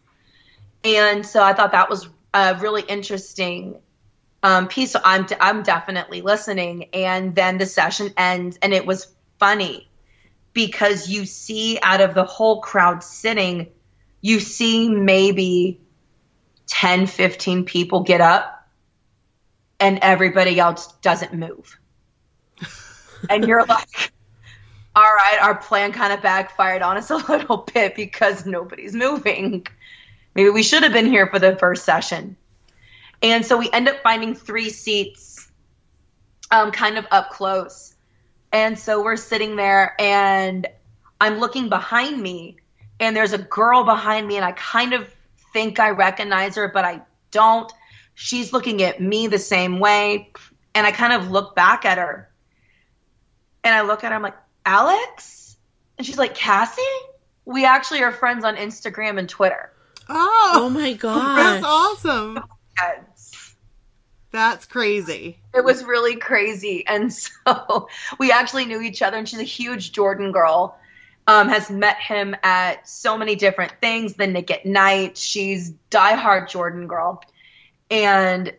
Speaker 3: And so I thought that was a really interesting um, piece. So I'm de- I'm definitely listening. And then the session ends, and it was funny because you see out of the whole crowd sitting, you see maybe 10, 15 people get up, and everybody else doesn't move. and you're like, all right, our plan kind of backfired on us a little bit because nobody's moving. Maybe we should have been here for the first session. And so we end up finding three seats um, kind of up close. And so we're sitting there, and I'm looking behind me, and there's a girl behind me, and I kind of think I recognize her, but I don't. She's looking at me the same way, and I kind of look back at her, and I look at her, I'm like, Alex? And she's like, Cassie? We actually are friends on Instagram and Twitter.
Speaker 1: Oh
Speaker 2: Oh,
Speaker 1: my gosh.
Speaker 2: that's awesome.
Speaker 3: Yes.
Speaker 2: That's crazy.
Speaker 3: It was really crazy. And so we actually knew each other, and she's a huge Jordan girl. Um, has met him at so many different things. The Nick at Night. She's diehard Jordan girl. And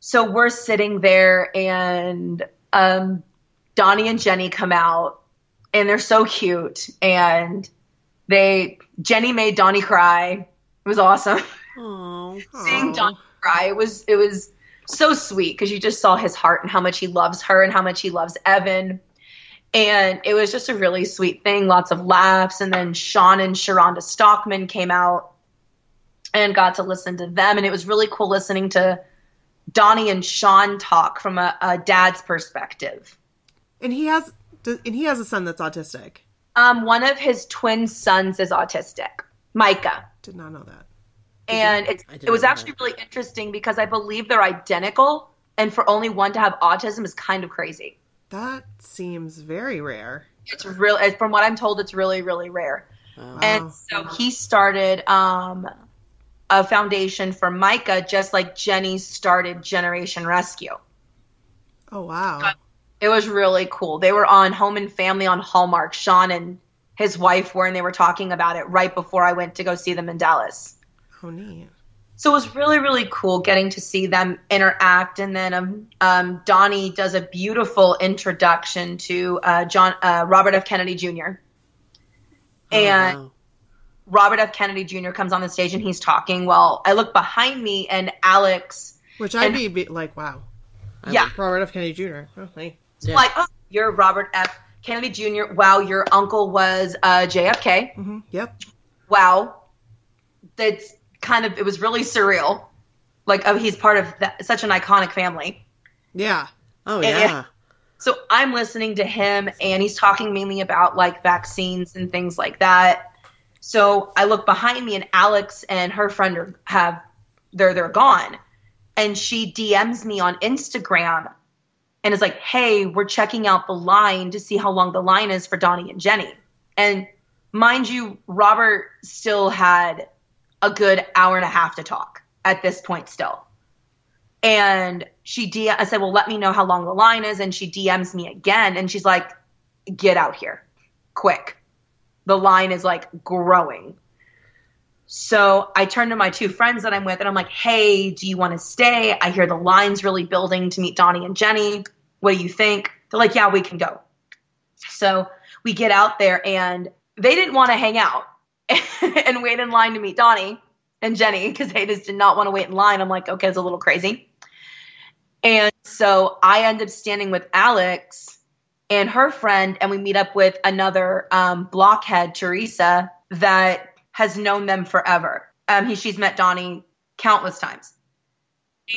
Speaker 3: so we're sitting there, and um, Donnie and Jenny come out, and they're so cute. And they, Jenny made Donnie cry. It was awesome
Speaker 1: Oh.
Speaker 3: seeing Don cry it was it was so sweet because you just saw his heart and how much he loves her and how much he loves Evan. And it was just a really sweet thing, lots of laughs. And then Sean and Sharonda Stockman came out and got to listen to them. And it was really cool listening to Donnie and Sean talk from a, a dad's perspective.
Speaker 2: And he has and he has a son that's autistic.
Speaker 3: Um, one of his twin sons is autistic, Micah.
Speaker 2: Did not know that.
Speaker 3: and it's,
Speaker 1: I didn't
Speaker 3: it was
Speaker 1: know
Speaker 3: actually really interesting because I believe they're identical, and for only one to have autism is kind of crazy.
Speaker 2: That seems very rare.
Speaker 3: It's real, and from what I'm told, it's really really rare.
Speaker 1: Wow.
Speaker 3: And so he started um, a foundation for Micah, just like Jenny started Generation Rescue.
Speaker 2: Oh wow.
Speaker 3: It was really cool. They were on Home and Family on Hallmark. Sean and his wife were, and they were talking about it right before I went to go see them in Dallas.
Speaker 2: Oh neat.
Speaker 3: So it was really, really cool getting to see them interact. And then um, um, Donnie does a beautiful introduction to uh, John uh, Robert F. Kennedy Jr. And
Speaker 1: wow.
Speaker 3: Robert F. Kennedy Jr. comes on the stage and he's talking. Well, I look behind me and Alex,
Speaker 2: Which I'd
Speaker 3: And-
Speaker 2: be, be like, wow.
Speaker 1: oh.
Speaker 3: yeah,
Speaker 2: Robert F. Kennedy Jr. Oh, hey.
Speaker 1: Yeah.
Speaker 3: like, oh, you're Robert F. Kennedy Jr. Wow, your uncle was uh, JFK.
Speaker 2: hmm Yep.
Speaker 3: Wow, that's kind of it was really surreal. Like, oh, he's part of that, such an iconic family.
Speaker 2: Yeah.
Speaker 1: oh
Speaker 3: and-
Speaker 1: yeah.
Speaker 3: So I'm listening to him, and he's talking mainly about like vaccines and things like that. So I look behind me, and Alex and her friend are, have they're they're gone, and she DMs me on Instagram, and is like, "Hey, we're checking out the line to see how long the line is for Donnie and Jenny." And mind you, Robert still had a good hour and a half to talk at this point, still. And she D I said, Well, let me know how long the line is. And she DMs me again and she's like, Get out here quick. The line is like growing. So I turned to my two friends that I'm with and I'm like, hey, do you want to stay? I hear the line's really building to meet Donnie and Jenny. What do you think? They're like, yeah, we can go. So we get out there and they didn't want to hang out and wait in line to meet Donnie and Jenny because they just did not want to wait in line. I'm like, okay, it's a little crazy. And so I end up standing with Alex and her friend, and we meet up with another um, blockhead, Teresa, that has known them forever. Um, he, she's met Donnie countless times.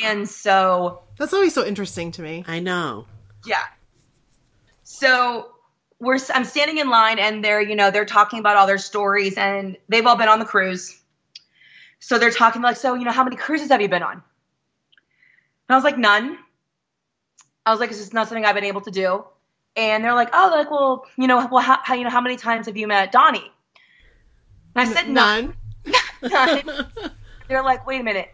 Speaker 3: And so,
Speaker 2: That's always so interesting to me.
Speaker 1: I know.
Speaker 3: yeah. So we're I'm standing in line and they're, you know, they're talking about all their stories and they've all been on the cruise. So they're talking like, so, you know, how many cruises have you been on? And I was like, none. I was like, it's just not something I've been able to do. And they're like, oh, like, well, you know, well, how, how you know, how many times have you met Donnie? And I said, none. They're like, wait a minute,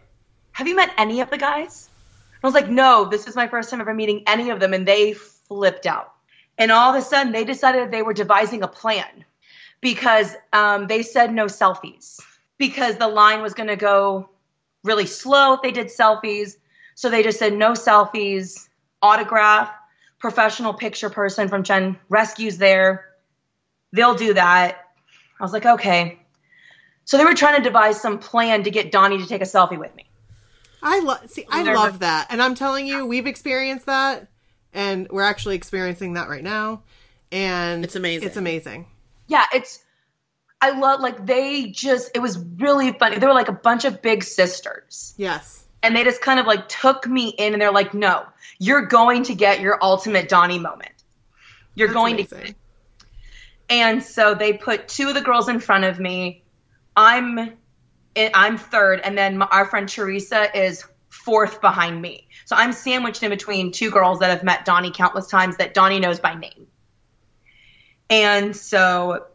Speaker 3: have you met any of the guys? And I was like, no, this is my first time ever meeting any of them. And they flipped out. And all of a sudden, they decided they were devising a plan because um, they said no selfies because the line was going to go really slow if they did selfies. So they just said no selfies, autograph, professional picture person from Gen Rescues there. They'll do that. I was like, okay. So they were trying to devise some plan to get Donnie to take a selfie with me.
Speaker 2: I love see I
Speaker 3: They're-
Speaker 2: love that. And I'm telling you, we've experienced that and we're actually experiencing that right now. And
Speaker 1: It's amazing.
Speaker 2: It's amazing.
Speaker 3: Yeah, it's I love like they just it was really funny. They were like a bunch of big sisters.
Speaker 2: Yes.
Speaker 3: And they just kind of like took me in and they're like, "No, you're going to get your ultimate Donnie moment. You're
Speaker 2: That's
Speaker 3: going to get
Speaker 2: amazing.
Speaker 3: it." And so they put two of the girls in front of me. I'm eh, I'm third and then my, our friend Teresa is fourth behind me. So I'm sandwiched in between two girls that have met Donnie countless times that Donnie knows by name. And so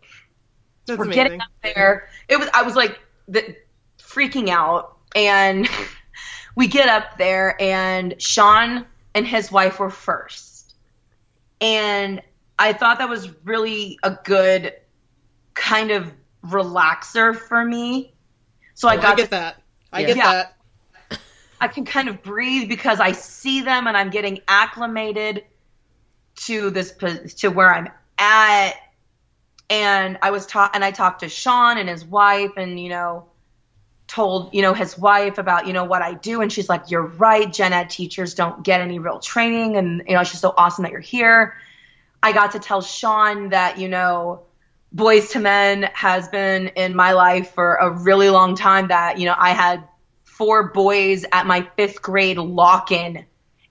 Speaker 2: That's
Speaker 3: we're
Speaker 2: amazing.
Speaker 3: getting up there. It was I was like the, freaking out, and we get up there, and Sean and his wife were first, and I thought that was really a good kind of relaxer for me. So I
Speaker 2: Oh, I
Speaker 3: got
Speaker 2: get
Speaker 3: to,
Speaker 2: that. I
Speaker 1: Yeah.
Speaker 2: get
Speaker 3: Yeah.
Speaker 2: that.
Speaker 3: I can kind of breathe because I see them, and I'm getting acclimated to this pos- to where I'm at and I was taught and I talked to Sean and his wife and you know told you know his wife about you know what I do and she's like you're right gen ed teachers don't get any real training and you know she's so awesome that you're here I got to tell Sean that you know boys to men has been in my life for a really long time that you know I had four boys at my 5th grade lock in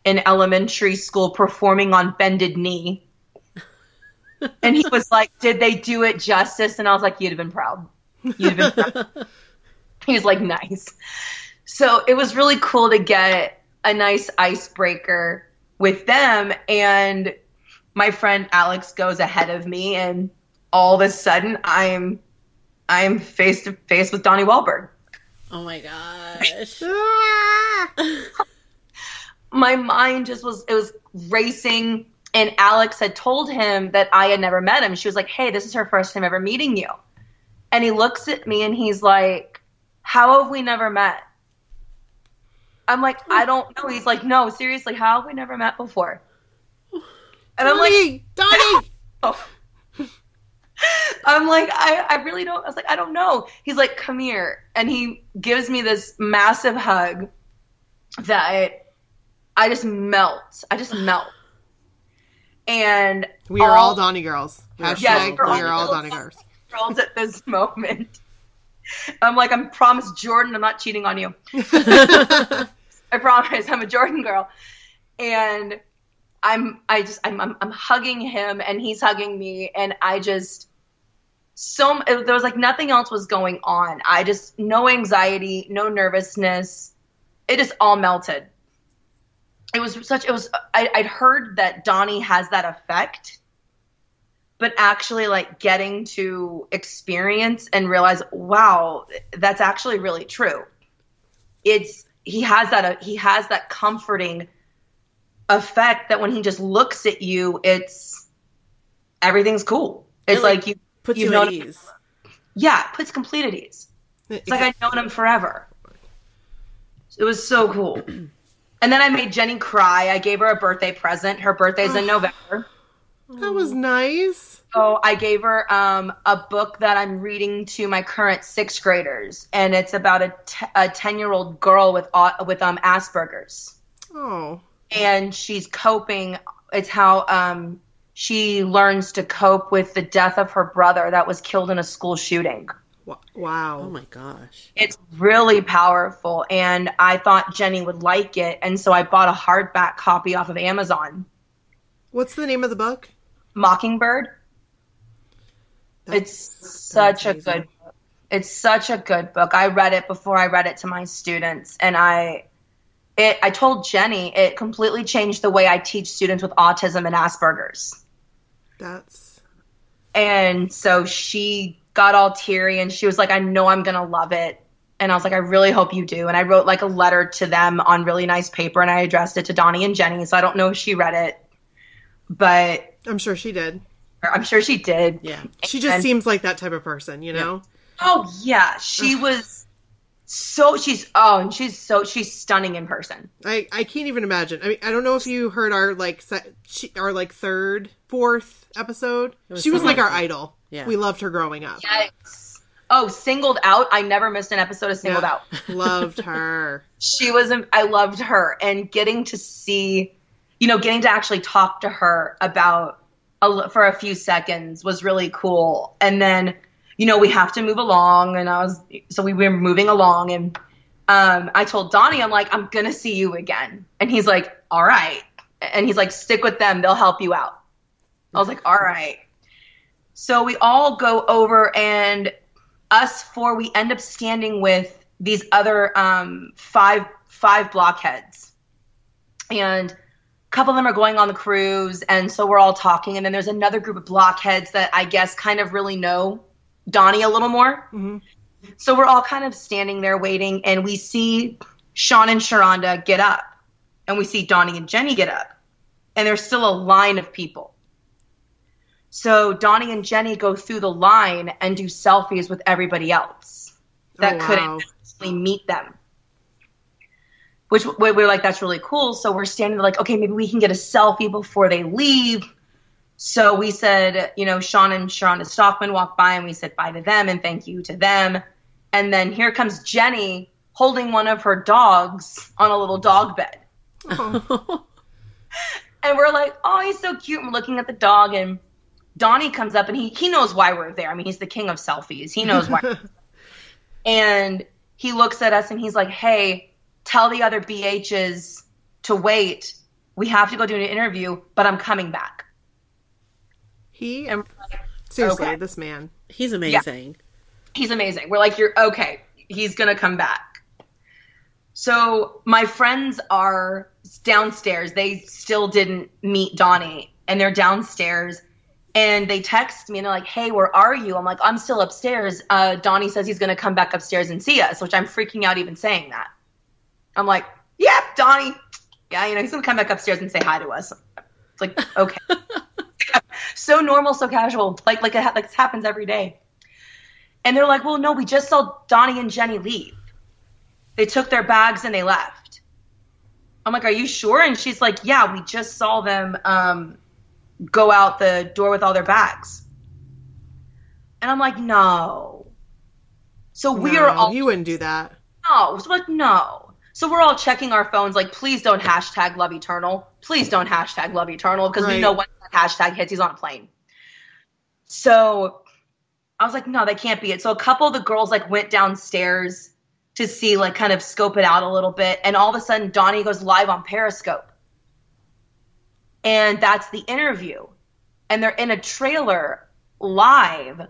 Speaker 3: in elementary school performing on bended knee and he was like, "Did they do it justice?" And I was like, "You'd have been proud. You'd have been." proud. he was like, "Nice." So it was really cool to get a nice icebreaker with them, and my friend Alex goes ahead of me, and all of a sudden, I'm I'm face to face with Donnie Wahlberg.
Speaker 1: Oh my gosh.
Speaker 3: my mind just was it was racing and alex had told him that i had never met him she was like hey this is her first time ever meeting you and he looks at me and he's like how have we never met i'm like i don't know he's like no seriously how have we never met before and i'm like
Speaker 2: Donnie, Donnie.
Speaker 3: Oh. I'm like, I, I really don't. I was like, I don't know. He's like, come here. And he gives me this massive hug that I just melt. I just melt. And
Speaker 2: we are all Donnie girls. Hashtag
Speaker 1: Yes,
Speaker 2: we
Speaker 1: we're all
Speaker 2: are all Donnie
Speaker 3: girls.
Speaker 2: girls.
Speaker 3: girls at this moment. I'm like, I'm promised Jordan, I'm not cheating on you. I promise, I'm a Jordan girl. And I'm, I just, I'm, I'm, I'm hugging him and he's hugging me. And I just, so, it- there was like nothing else was going on. I just, no anxiety, no nervousness. It just all melted. It was such, it was, I, I'd heard that Donnie has that effect but actually like getting to experience and realize wow that's actually really true it's he has that uh, he has that comforting effect that when he just looks at you it's everything's cool it's
Speaker 1: It, like,
Speaker 3: like, you
Speaker 1: Puts
Speaker 3: You've
Speaker 1: you at
Speaker 3: known-
Speaker 1: ease.
Speaker 3: yeah it puts complete at ease It's like I'd known him forever. It was so cool. And then I made Jenny cry. I gave her a birthday present. Her birthday's in November.
Speaker 1: That was nice.
Speaker 3: So I gave her um, a book that I'm reading to my current sixth graders, and it's about a t- a ten year old girl with au- with um Asperger's,
Speaker 2: Oh,
Speaker 3: and she's coping. It's how um she learns to cope with the death of her brother that was killed in a school shooting.
Speaker 2: wa-
Speaker 1: Oh
Speaker 2: wow.
Speaker 1: my gosh.
Speaker 3: It's really powerful, and I thought Jenny would like it, and so I bought a hardback copy off of Amazon.
Speaker 2: What's the name of the book?
Speaker 3: Mockingbird.
Speaker 1: That-
Speaker 3: it's such a
Speaker 1: amazing.
Speaker 3: good book. It's such a good book. I read it before I read it to my students and I it I told Jenny it completely changed the way I teach students with autism and Asperger's.
Speaker 2: That's
Speaker 3: And so she got all teary and she was like I know I'm going to love it. And I was like I really hope you do. And I wrote like a letter to them on really nice paper and I addressed it to Donnie and Jenny, so I don't know if she read it, but
Speaker 2: I'm sure she did.
Speaker 3: I'm sure she did.
Speaker 1: Yeah.
Speaker 2: She just
Speaker 3: And-
Speaker 2: seems like that type of person, you know?
Speaker 3: Oh yeah, she was so she's oh and she's so she's stunning in person.
Speaker 2: I, I can't even imagine. I mean, I don't know if you heard our like se- she, our like third, fourth episode.
Speaker 1: was
Speaker 2: she was
Speaker 1: so
Speaker 2: like our
Speaker 1: lovely.
Speaker 2: idol.
Speaker 1: Yeah.
Speaker 2: We loved her growing up.
Speaker 3: Yikes. Oh, singled out. I never missed an episode of Singled
Speaker 2: Yeah.
Speaker 3: Out.
Speaker 2: loved her.
Speaker 3: She was I loved her and getting to see you know, getting to actually talk to her about a, l- for a few seconds was really cool. And then, you know, we have to move along and I was so we were moving along and um, I told Donnie, I'm like, I'm gonna see you again. And he's like, All right. And he's like, stick with them, they'll help you out. I was like, All right. So we all go over and us four, we end up standing with these other um, five five blockheads. And a couple of them are going on the cruise and so we're all talking and then there's another group of blockheads that i guess kind of really know donnie a little more
Speaker 1: Mm-hmm.
Speaker 2: Mhm.
Speaker 3: so we're all kind of standing there waiting and we see sean and sharonda get up and we see donnie and jenny get up and there's still a line of people so donnie and jenny go through the line and do selfies with everybody else that
Speaker 2: Oh, wow.
Speaker 3: couldn't actually meet them which we we were like, that's really cool. So we're standing there like, okay, maybe we can get a selfie before they leave. So we said, you know, Sean and Sharonda Stockman walked by and we said bye to them and thank you to them. And then here comes Jenny holding one of her dogs on a little dog bed.
Speaker 2: Oh,
Speaker 3: And we're like, oh, he's so cute. And we're looking at the dog and Donnie comes up and he, he knows why we're there. I mean, he's the king of selfies. He knows why. and he looks at us and he's like, "Hey, tell the other BHs to wait. We have to go do an interview, but I'm coming back."
Speaker 2: he
Speaker 3: And
Speaker 2: seriously,
Speaker 3: okay.
Speaker 2: this man.
Speaker 1: He's amazing.
Speaker 3: he's amazing. We're like, "You're okay. He's going to come back." So, my friends are downstairs. They still didn't meet Donnie, and they're downstairs. And they text me and they're like, "Hey, where are you?" I'm like, "I'm still upstairs." Uh, Donnie says he's going to come back upstairs and see us, which I'm freaking out even saying that. I'm like, yep, Donnie. Yeah, you know, he's gonna come back upstairs and say hi to us. It's like, okay. so normal, so casual. Like like it ha- like this happens every day. And they're like, well, no, we just saw Donnie and Jenny leave. They took their bags and they left. I'm like, are you sure? And she's like, yeah, we just saw them um, go out the door with all their bags. And I'm like, no. So we
Speaker 2: No,
Speaker 3: are all
Speaker 2: He wouldn't do that.
Speaker 3: no. So like, no. So we're all checking our phones, like, please don't hashtag love eternal. Please don't hashtag love eternal because
Speaker 2: Right.
Speaker 3: we know when that hashtag hits, he's on a plane. So I was like, no, that can't be it. So a couple of the girls like went downstairs to see, like, kind of scope it out a little bit, and all of a sudden Donnie goes live on Periscope, and that's the interview, and they're in a trailer live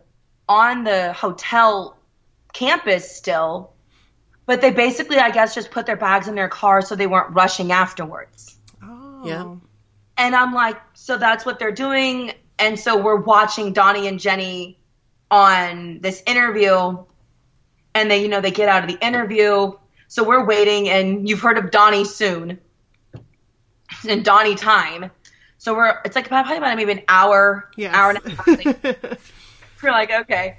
Speaker 3: on the hotel campus still but they basically, I guess, just put their bags in their car so they weren't rushing afterwards.
Speaker 2: Oh.
Speaker 1: Yeah.
Speaker 3: And I'm like, so that's what they're doing. And so we're watching Donnie and Jenny on this interview. And they, you know, they get out of the interview. So we're waiting, and you've heard of Donnie soon and Donnie time. So we're, it's like probably about maybe an hour,
Speaker 2: Yes.
Speaker 3: hour and a half. later. We're like, okay.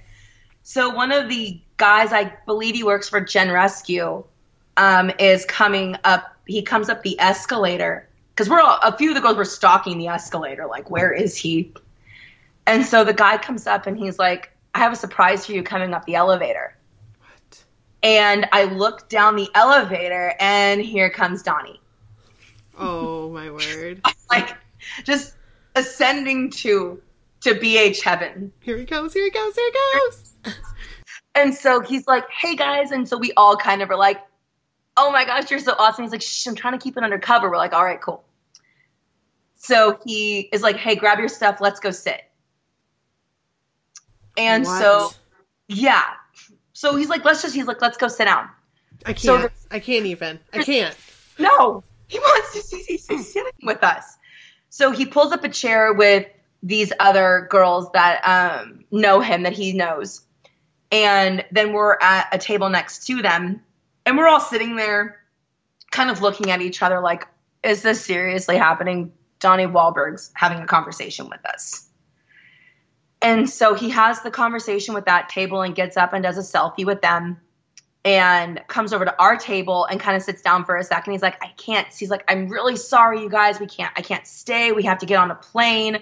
Speaker 3: So one of the guys, I believe he works for Gen Rescue, um, is coming up. He comes up the escalator because we're all, a few of the girls were stalking the escalator, like where is he? And so the guy comes up and he's like, "I have a surprise for you coming up the elevator." And I look down the elevator, and here comes Donnie,
Speaker 2: Oh my word.
Speaker 3: like just ascending to to BH heaven.
Speaker 2: Here he goes, here he goes, here he goes.
Speaker 3: And so he's like, hey guys. And so we all kind of are like, oh my gosh, you're so awesome. He's like, shh, I'm trying to keep it undercover. We're like, all right, cool. So he is like, hey, grab your stuff. Let's go sit. And
Speaker 2: What?
Speaker 3: so, yeah. So he's like, let's just, he's like, let's go sit down.
Speaker 2: I can't.
Speaker 3: So
Speaker 2: I can't even. I can't.
Speaker 3: No, he wants to see, he's sitting with us. So he pulls up a chair with these other girls that um, know him, that he knows. And then we're at a table next to them. And we're all sitting there, kind of looking at each other like, is this seriously happening? Donnie Wahlberg's having a conversation with us. And so he has the conversation with that table and gets up and does a selfie with them and comes over to our table and kind of sits down for a second. He's like, I can't. He's like, I'm really sorry, you guys. We can't. I can't stay. We have to get on a plane.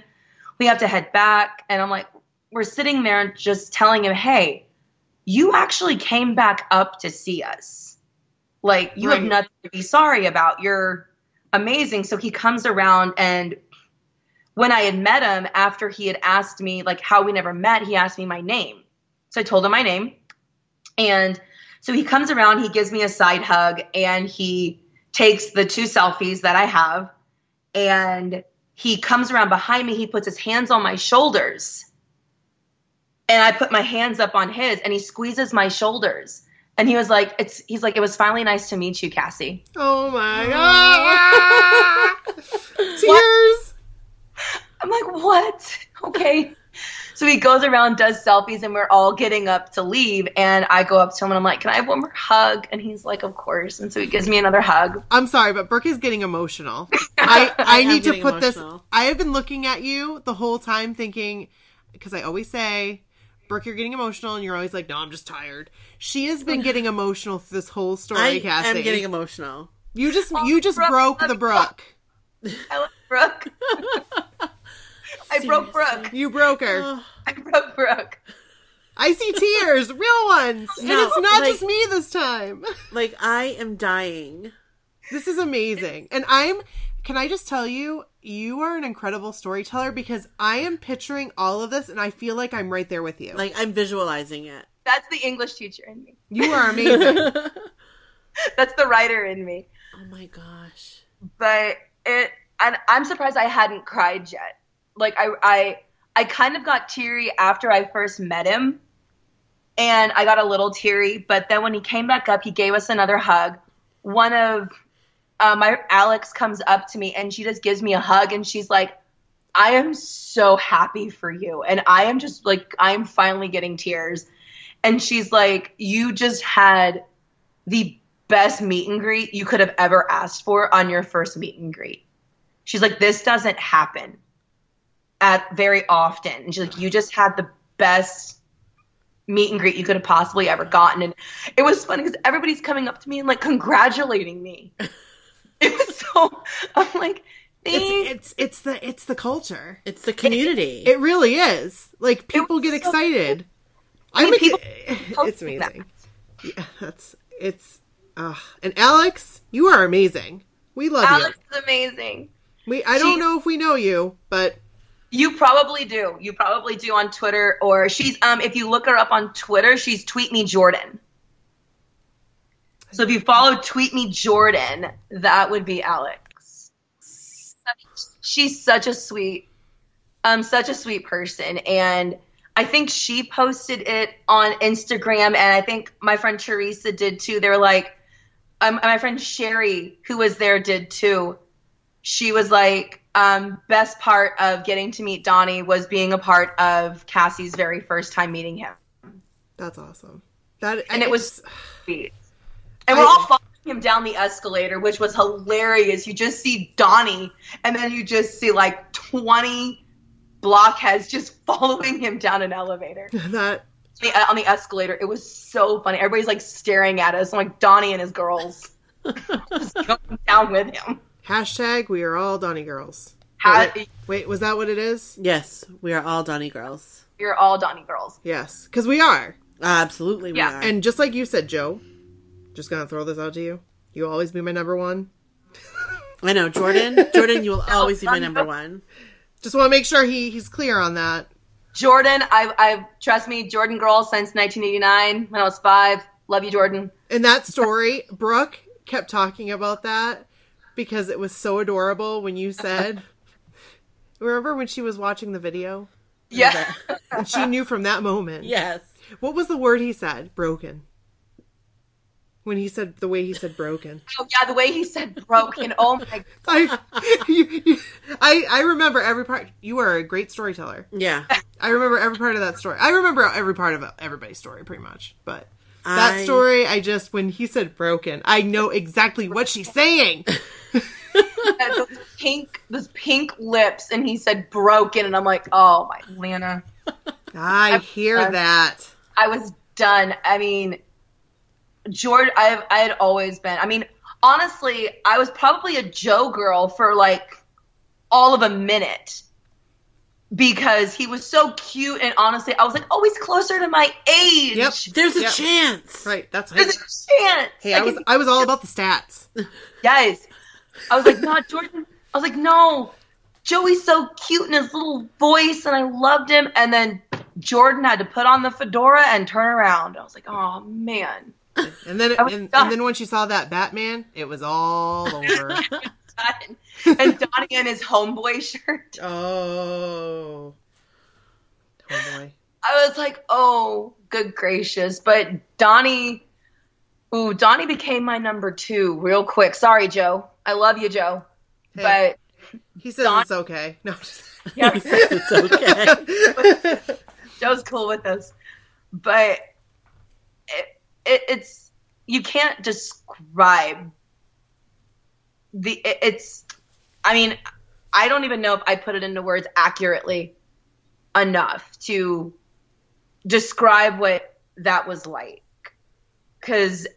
Speaker 3: We have to head back. And I'm like, we're sitting there and just telling him, hey, you actually came back up to see us. Like, you have
Speaker 2: Right.
Speaker 3: nothing to be sorry about. You're amazing. So he comes around and when I had met him after he had asked me, like, how we never met, he asked me my name. So I told him my name. And so he comes around, he gives me a side hug, and he takes the two selfies that I have. And he comes around behind me, he puts his hands on my shoulders. And I put my hands up on his, and he squeezes my shoulders. And he was like, it's he's like, it was finally nice to meet you, Cassie.
Speaker 2: Oh my
Speaker 3: Oh.
Speaker 2: god. Tears.
Speaker 3: I'm like, what? Okay. So he goes around, does selfies, and we're all getting up to leave. And I go up to him and I'm like, Can I have one more hug? And he's like, Of course. And so he gives me another hug.
Speaker 2: I'm sorry, but Brooke is getting emotional. I, I
Speaker 1: am
Speaker 2: need to
Speaker 1: getting
Speaker 2: put this.
Speaker 1: emotional.
Speaker 2: I have been looking at you the whole time thinking, because I always say, Brooke, you're getting emotional, and you're always like, no, I'm just tired. She has been getting emotional through this whole story,
Speaker 1: I
Speaker 2: Cassie.
Speaker 1: am getting emotional. Oh,
Speaker 2: you just you just
Speaker 3: Brooke,
Speaker 2: broke
Speaker 3: let
Speaker 2: the
Speaker 3: me-
Speaker 2: Brooke.
Speaker 3: I love Brooke. I broke Brooke.
Speaker 2: You broke her.
Speaker 3: I broke Brooke.
Speaker 2: I see tears, real ones, and
Speaker 1: No,
Speaker 2: it's not
Speaker 1: like-
Speaker 2: just me this time.
Speaker 1: Like I am dying.
Speaker 2: This is amazing. And I'm, can I just tell you, you are an incredible storyteller because I am picturing all of this and I feel like I'm right there with you.
Speaker 1: Like I'm visualizing it.
Speaker 3: That's the English teacher in me.
Speaker 2: you are amazing.
Speaker 3: That's the writer in me.
Speaker 1: Oh my gosh.
Speaker 3: But it and I'm surprised I hadn't cried yet. Like I I I kind of got teary after I first met him. And I got a little teary, but then when he came back up, he gave us another hug. One of uh, my Alex comes up to me and she just gives me a hug and she's like, "I am so happy for you," and I am just like, I'm finally getting tears. And she's like, "You just had the best meet and greet you could have ever asked for on your first meet and greet." She's like, "This doesn't happen at very often," and she's like, "You just had the best." meet and greet you could have possibly ever gotten and it was funny because everybody's coming up to me and like congratulating me it was so i'm like thank
Speaker 2: it's, it's it's the it's the culture.
Speaker 1: It's the community.
Speaker 2: It really is. Like people
Speaker 3: was
Speaker 2: get
Speaker 3: so-
Speaker 2: excited. I'm
Speaker 3: mean,
Speaker 2: ex-
Speaker 3: posted
Speaker 2: it's amazing. Yeah, that's it's uh, and Alex, you are amazing. We love
Speaker 3: Alex
Speaker 2: you.
Speaker 3: is amazing.
Speaker 2: We I don't
Speaker 3: she-
Speaker 2: know if we know you, but
Speaker 3: You probably do. You probably do on Twitter or she's um if you look her up on Twitter, she's Tweet Me Jordan. So if you follow Tweet Me Jordan, that would be Alex. She's such a sweet um such a sweet person and I think she posted it on Instagram and I think my friend Teresa did too. They were like um, my friend Sherry who was there did too she was like, um, best part of getting to meet Donnie was being a part of Cassie's very first time meeting him.
Speaker 2: that's awesome. That
Speaker 3: And it was-
Speaker 2: it's-
Speaker 3: And we're
Speaker 2: I-
Speaker 3: all following him down the escalator, which was hilarious. You just see Donnie, and then you just see like 20 blockheads just following him down an elevator.
Speaker 2: that
Speaker 3: the- on the escalator. It was so funny. Everybody's like staring at us. I'm like Donnie and his girls. Just going down with him.
Speaker 2: Hashtag we are all Donnie girls.
Speaker 3: Ha-
Speaker 2: Wait, was that what it is?
Speaker 1: Yes, we are all Donnie girls.
Speaker 3: You're all Donnie girls.
Speaker 2: Yes, because we are.
Speaker 1: Absolutely, we
Speaker 3: Yeah,
Speaker 1: are.
Speaker 2: And just like you said, Joe, just gonna throw this out to you. You'll always be my number one.
Speaker 1: I know, Jordan. Jordan, you will always be my number one.
Speaker 2: Just want to make sure he he's clear on that.
Speaker 3: Jordan, I, I trust me, Jordan girl since 1989 when I was five. Love you, Jordan.
Speaker 2: In that story, Brooke kept talking about that because it was so adorable when you said. Remember when she was watching the video?
Speaker 3: Yeah,
Speaker 2: And she knew from that moment.
Speaker 1: Yes.
Speaker 2: What was the word he said? Broken. When he said the way he said broken.
Speaker 3: oh, yeah. The way he said broken. Oh my.
Speaker 2: I, you, you, I I remember every part. You are a great storyteller.
Speaker 1: Yeah.
Speaker 2: I remember every part of that story. I remember every part of everybody's story pretty much. But that
Speaker 1: I-
Speaker 2: story, I just when he said broken, I know exactly what she's saying.
Speaker 3: those pink, those pink lips, and he said broken, and I'm like, oh my, Lana,
Speaker 2: I hear that.
Speaker 3: I was done. I mean, Jordan, I've I had always been. I mean, honestly, I was probably a Joe girl for like all of a minute because he was so cute, and honestly, I was like, oh, he's closer to my age.
Speaker 2: Yep.
Speaker 1: There's a
Speaker 2: Yeah.
Speaker 1: chance.
Speaker 2: Right. That's
Speaker 3: There's a
Speaker 2: right.
Speaker 3: chance.
Speaker 2: Hey, I
Speaker 3: can
Speaker 2: was I was all about the stats.
Speaker 3: Yes. I was like, no, Jordan. I was like, no, Joey's so cute in his little voice, and I loved him. And then Jordan had to put on the fedora and turn around. I was like, oh man,
Speaker 2: And then
Speaker 3: I was
Speaker 2: and,
Speaker 3: done.
Speaker 2: and then when she saw that Batman, it was all over.
Speaker 3: and Donnie in his homeboy shirt.
Speaker 2: oh. Oh boy.
Speaker 3: I was like, oh, good gracious. But Donnie, ooh, Donnie became my number two real quick. Sorry, Joe. I love you, Joe.
Speaker 2: Hey.
Speaker 3: But
Speaker 2: He says
Speaker 3: Don-
Speaker 2: it's okay. No. I'm just-
Speaker 3: yeah.
Speaker 1: it's okay.
Speaker 3: Joe's cool with us, but it, it, it's you can't describe the it, it's. I mean, I don't even know if I put it into words accurately enough to describe what that was like, because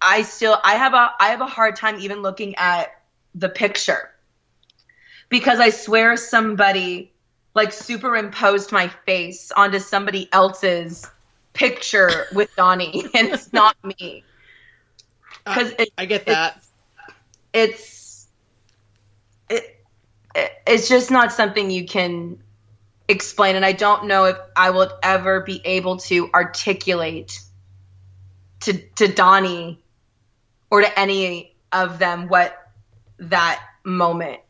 Speaker 3: I still I have a I have a hard time even looking at the picture because I swear somebody like superimposed my face onto somebody else's picture with Donnie, and it's not me. Because it,
Speaker 2: Uh, I get that.
Speaker 3: it's it, it it's just not something you can explain, and I don't know if I will ever be able to articulate to to Donnie or to any of them what that moment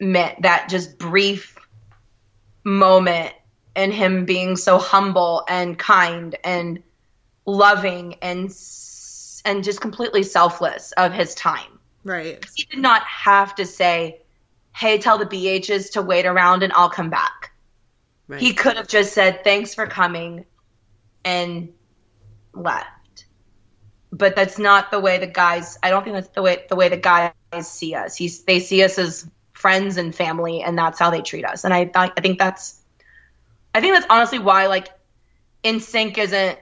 Speaker 3: meant. That just brief moment and him being so humble and kind and loving and s- and just completely selfless of his time.
Speaker 2: Right.
Speaker 3: He did not have to say, "Hey, tell the BHs to wait around and I'll come back."
Speaker 1: Right.
Speaker 3: He could have just said, "Thanks for coming," and left. But that's not the way the guys. I don't think that's the way the way the guys see us. He's they see us as friends and family, and that's how they treat us. And I I think that's, I think that's honestly why like, In Sync isn't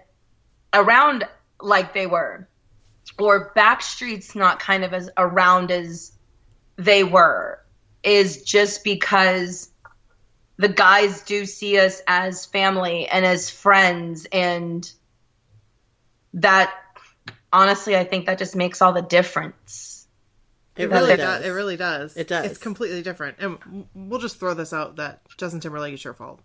Speaker 3: around like they were, or Backstreet's not kind of as around as they were, is just because the guys do see us as family and as friends and that honestly i think that just makes all the difference
Speaker 1: it
Speaker 2: It
Speaker 1: really
Speaker 2: really
Speaker 1: does.
Speaker 2: does. It really does.
Speaker 1: It does.
Speaker 2: It's completely different. And w- we'll just throw this out that Justin Timberlake is your fault.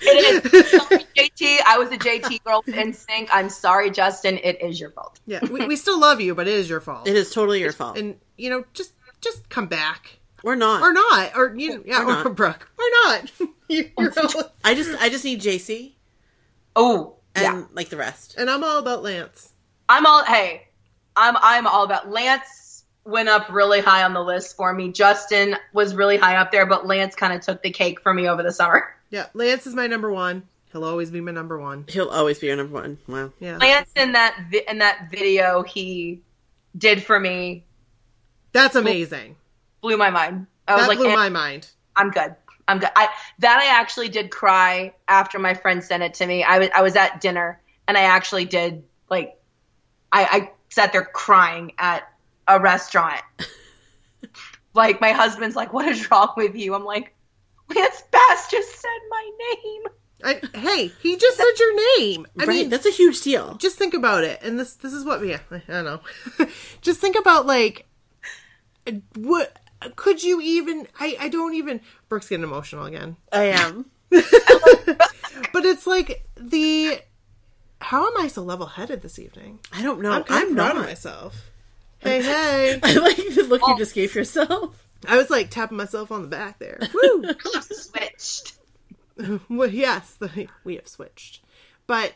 Speaker 3: it is sorry, jt i was a jt girl in sync i'm sorry justin it is your fault
Speaker 2: Yeah. We, we still love you, but it is your fault.
Speaker 1: It is totally your fault.
Speaker 2: And you know, just just come back
Speaker 1: We're not.
Speaker 2: or not, or you know, yeah,
Speaker 1: Or
Speaker 2: or,
Speaker 1: not.
Speaker 2: Brooke, or not. You're all-
Speaker 1: I just I just need JC
Speaker 3: oh
Speaker 1: and
Speaker 3: yeah
Speaker 1: like the rest.
Speaker 2: and I'm all about Lance.
Speaker 3: i'm all hey i'm i'm all about lance went up really high on the list for me justin was really high up there but lance kind of took the cake for me over the summer
Speaker 2: Yeah, Lance is my number one. He'll always be my number one.
Speaker 1: He'll always be your number one. Wow.
Speaker 2: Yeah,
Speaker 3: Lance in that vi- in that video he did for me
Speaker 2: that's amazing.
Speaker 3: blew my mind. I was
Speaker 2: that
Speaker 3: like,
Speaker 2: blew
Speaker 3: eh,
Speaker 2: my mind.
Speaker 3: I'm good. I'm good. I, that I actually did cry after my friend sent it to me. I was I was at dinner and I actually did like I, I sat there crying at a restaurant. like my husband's like, "What is wrong with you?" I'm like, "Lance Bass just said my name."
Speaker 2: I, hey, he just said your name. I
Speaker 1: right?
Speaker 2: mean,
Speaker 1: That's a huge deal.
Speaker 2: just think about it and this this is what yeah i don't know just think about like what could you even i i don't even brooke's getting emotional again
Speaker 1: I am.
Speaker 2: but it's like the how am i so level-headed this evening
Speaker 1: I don't know.
Speaker 2: i'm,
Speaker 1: I'm,
Speaker 2: kind of proud
Speaker 1: not.
Speaker 2: of myself hey hey
Speaker 1: I like the look you just gave yourself.
Speaker 2: i was like tapping myself on the back there
Speaker 1: Woo.
Speaker 3: He switched.
Speaker 2: well, yes the, we have switched but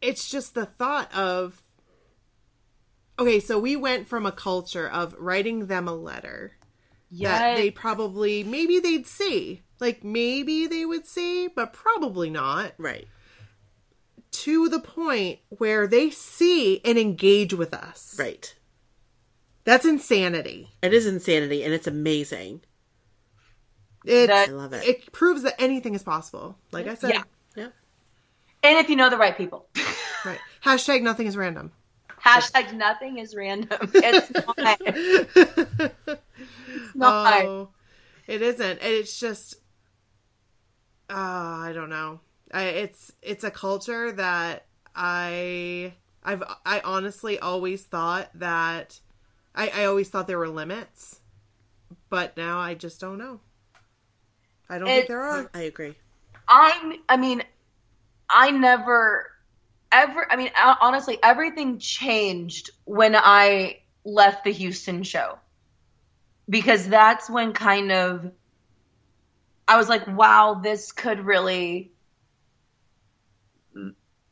Speaker 2: it's just the thought of okay so we went from a culture of writing them a letter that
Speaker 3: Yes.
Speaker 2: they probably maybe they'd see like maybe they would see but probably not
Speaker 1: Right.
Speaker 2: to the point where they see and engage with us
Speaker 1: Right.
Speaker 2: that's insanity
Speaker 1: It is insanity and it's amazing.
Speaker 2: it's,
Speaker 1: I
Speaker 3: That-
Speaker 1: love it.
Speaker 2: it proves that anything is possible like i said
Speaker 3: Yeah.
Speaker 1: yeah.
Speaker 3: and if you know the right people.
Speaker 2: right hashtag nothing is random
Speaker 3: Hashtag nothing is random. It's not. it's not.
Speaker 2: oh it isn't and it's just uh i don't know I, it's it's a culture that i i've i honestly always thought that i i always thought there were limits but now i just don't know i don't think
Speaker 3: It-
Speaker 2: there are
Speaker 1: I agree.
Speaker 3: I'm, I mean, I never, ever, I mean, hon- honestly, everything changed when I left the Houston show because that's when kind of I was like, wow, this could really,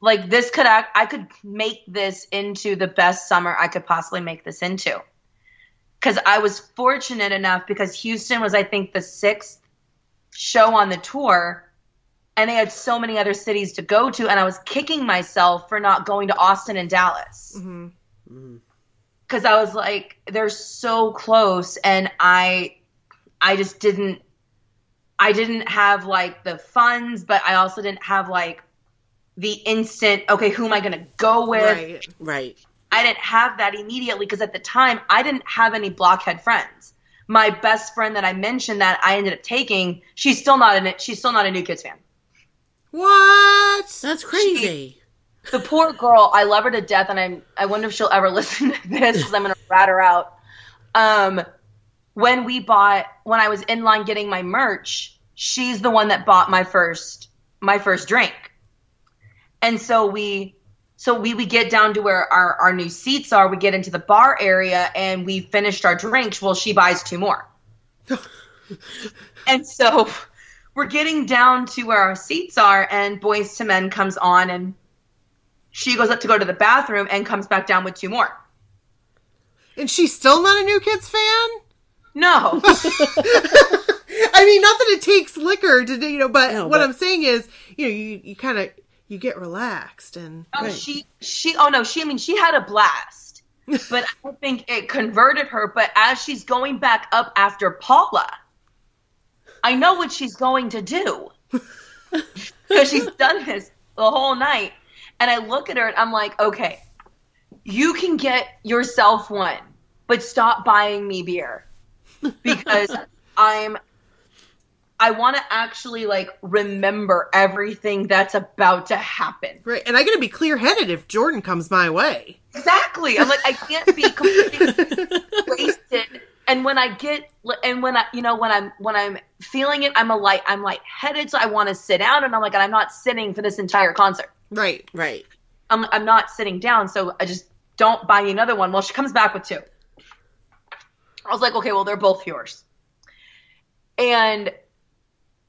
Speaker 3: like, this could, act, I could make this into the best summer I could possibly make this into. Because I was fortunate enough because Houston was, I think, the sixth show on the tour and they had so many other cities to go to and i was kicking myself for not going to austin and dallas
Speaker 2: Mhm.
Speaker 3: because i was like they're so close and i i just didn't i didn't have like the funds but i also didn't have like the instant okay who am i going to go with
Speaker 2: right
Speaker 1: Right.
Speaker 3: I didn't have that immediately because at the time I didn't have any blockhead friends. My best friend that I mentioned that I ended up taking, she's still not in it. She's still not a New Kids fan.
Speaker 2: what
Speaker 1: That's crazy.
Speaker 3: The poor girl, I love her to death, and I'm. I wonder if she'll ever listen to this because I'm gonna rat her out. Um, when we bought, when I was in line getting my merch, she's the one that bought my first my first drink, and so we. So we would get down to where our, our new seats are. We get into the bar area and we finished our drinks. Well, she buys two more. and so we're getting down to where our seats are, and Boys to Men comes on and she goes up to go to the bathroom and comes back down with two more.
Speaker 2: and she's still not a new kids fan
Speaker 3: No,
Speaker 2: I mean, not that it takes liquor to do, you know, but
Speaker 1: No,
Speaker 2: what
Speaker 1: but-
Speaker 2: I'm saying is, you know, you, you kind of you get relaxed and
Speaker 3: Oh, she she oh no, she I mean she had a blast. But I think it converted her, but as she's going back up after Paula, I know what she's going to do. Cuz she's done this the whole night and I look at her and I'm like, "Okay, you can get yourself one, but stop buying me beer." Because I'm I want to actually like remember everything that's about to happen.
Speaker 2: right. And I got to be clear headed if Jordan comes my way.
Speaker 3: Exactly. I'm like, I can't be completely wasted. And when I get, and when I, you know, when I'm, when I'm feeling it, I'm a light, I'm lightheaded, so I want to sit down, and I'm like, and I'm not sitting for this entire concert.
Speaker 2: Right.
Speaker 1: Right.
Speaker 3: I'm, I'm not sitting down, so I just don't buy me another one. Well, she comes back with two. I was like, okay, well, they're both yours. And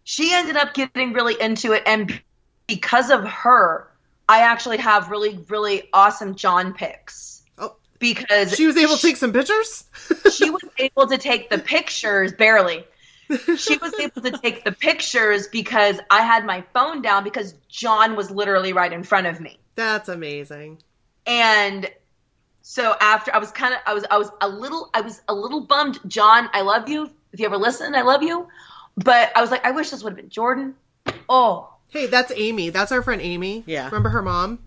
Speaker 3: she ended up getting really into it, and because of her, I actually have really, really awesome John picks
Speaker 2: Oh,
Speaker 3: because
Speaker 2: she was able to take some pictures.
Speaker 3: she was able to take the pictures barely. She was able to take the pictures because I had my phone down because John was literally right in front of me.
Speaker 2: That's amazing.
Speaker 3: And so after I was kind of I was I was a little I was a little bummed John, I love you. If you ever listen, I love you. But I was like, I wish this would have been Jordan. Oh,
Speaker 2: Hey, that's Amy. That's our friend Amy.
Speaker 1: Yeah.
Speaker 2: Remember her mom?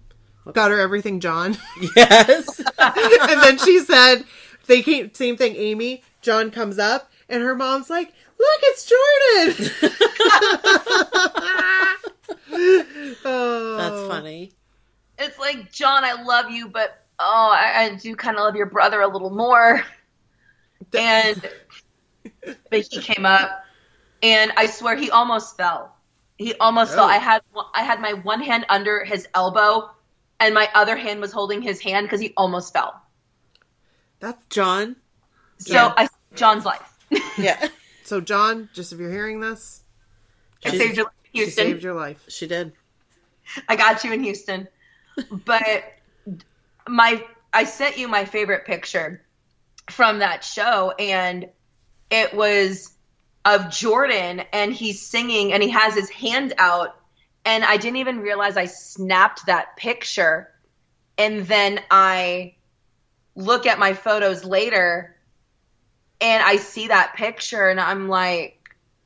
Speaker 2: Got her everything, John.
Speaker 1: Yes.
Speaker 2: and then she said, they came, same thing, Amy. John comes up, and her mom's like, Look, it's Jordan. oh,
Speaker 1: That's funny.
Speaker 3: it's like John, I love you, but oh, I, I do kind of love your brother a little more. And but he came up, and I swear he almost fell. He almost fell.
Speaker 2: Oh.
Speaker 3: I had I had my one hand under his elbow, and my other hand was holding his hand because he almost fell.
Speaker 2: That's
Speaker 1: John.
Speaker 3: So
Speaker 2: Yeah.
Speaker 3: I John's life.
Speaker 1: Yeah.
Speaker 2: so, John. Just if you're hearing this,
Speaker 3: I
Speaker 1: She-
Speaker 3: saved your life,
Speaker 2: she
Speaker 3: Houston.
Speaker 2: saved your life.
Speaker 1: She did.
Speaker 3: I got you in Houston. But my I sent you my favorite picture from that show and it was of Jordan and he's singing and he has his hand out and I didn't even realize I snapped that picture and then I look at my photos later and I see that picture and I'm like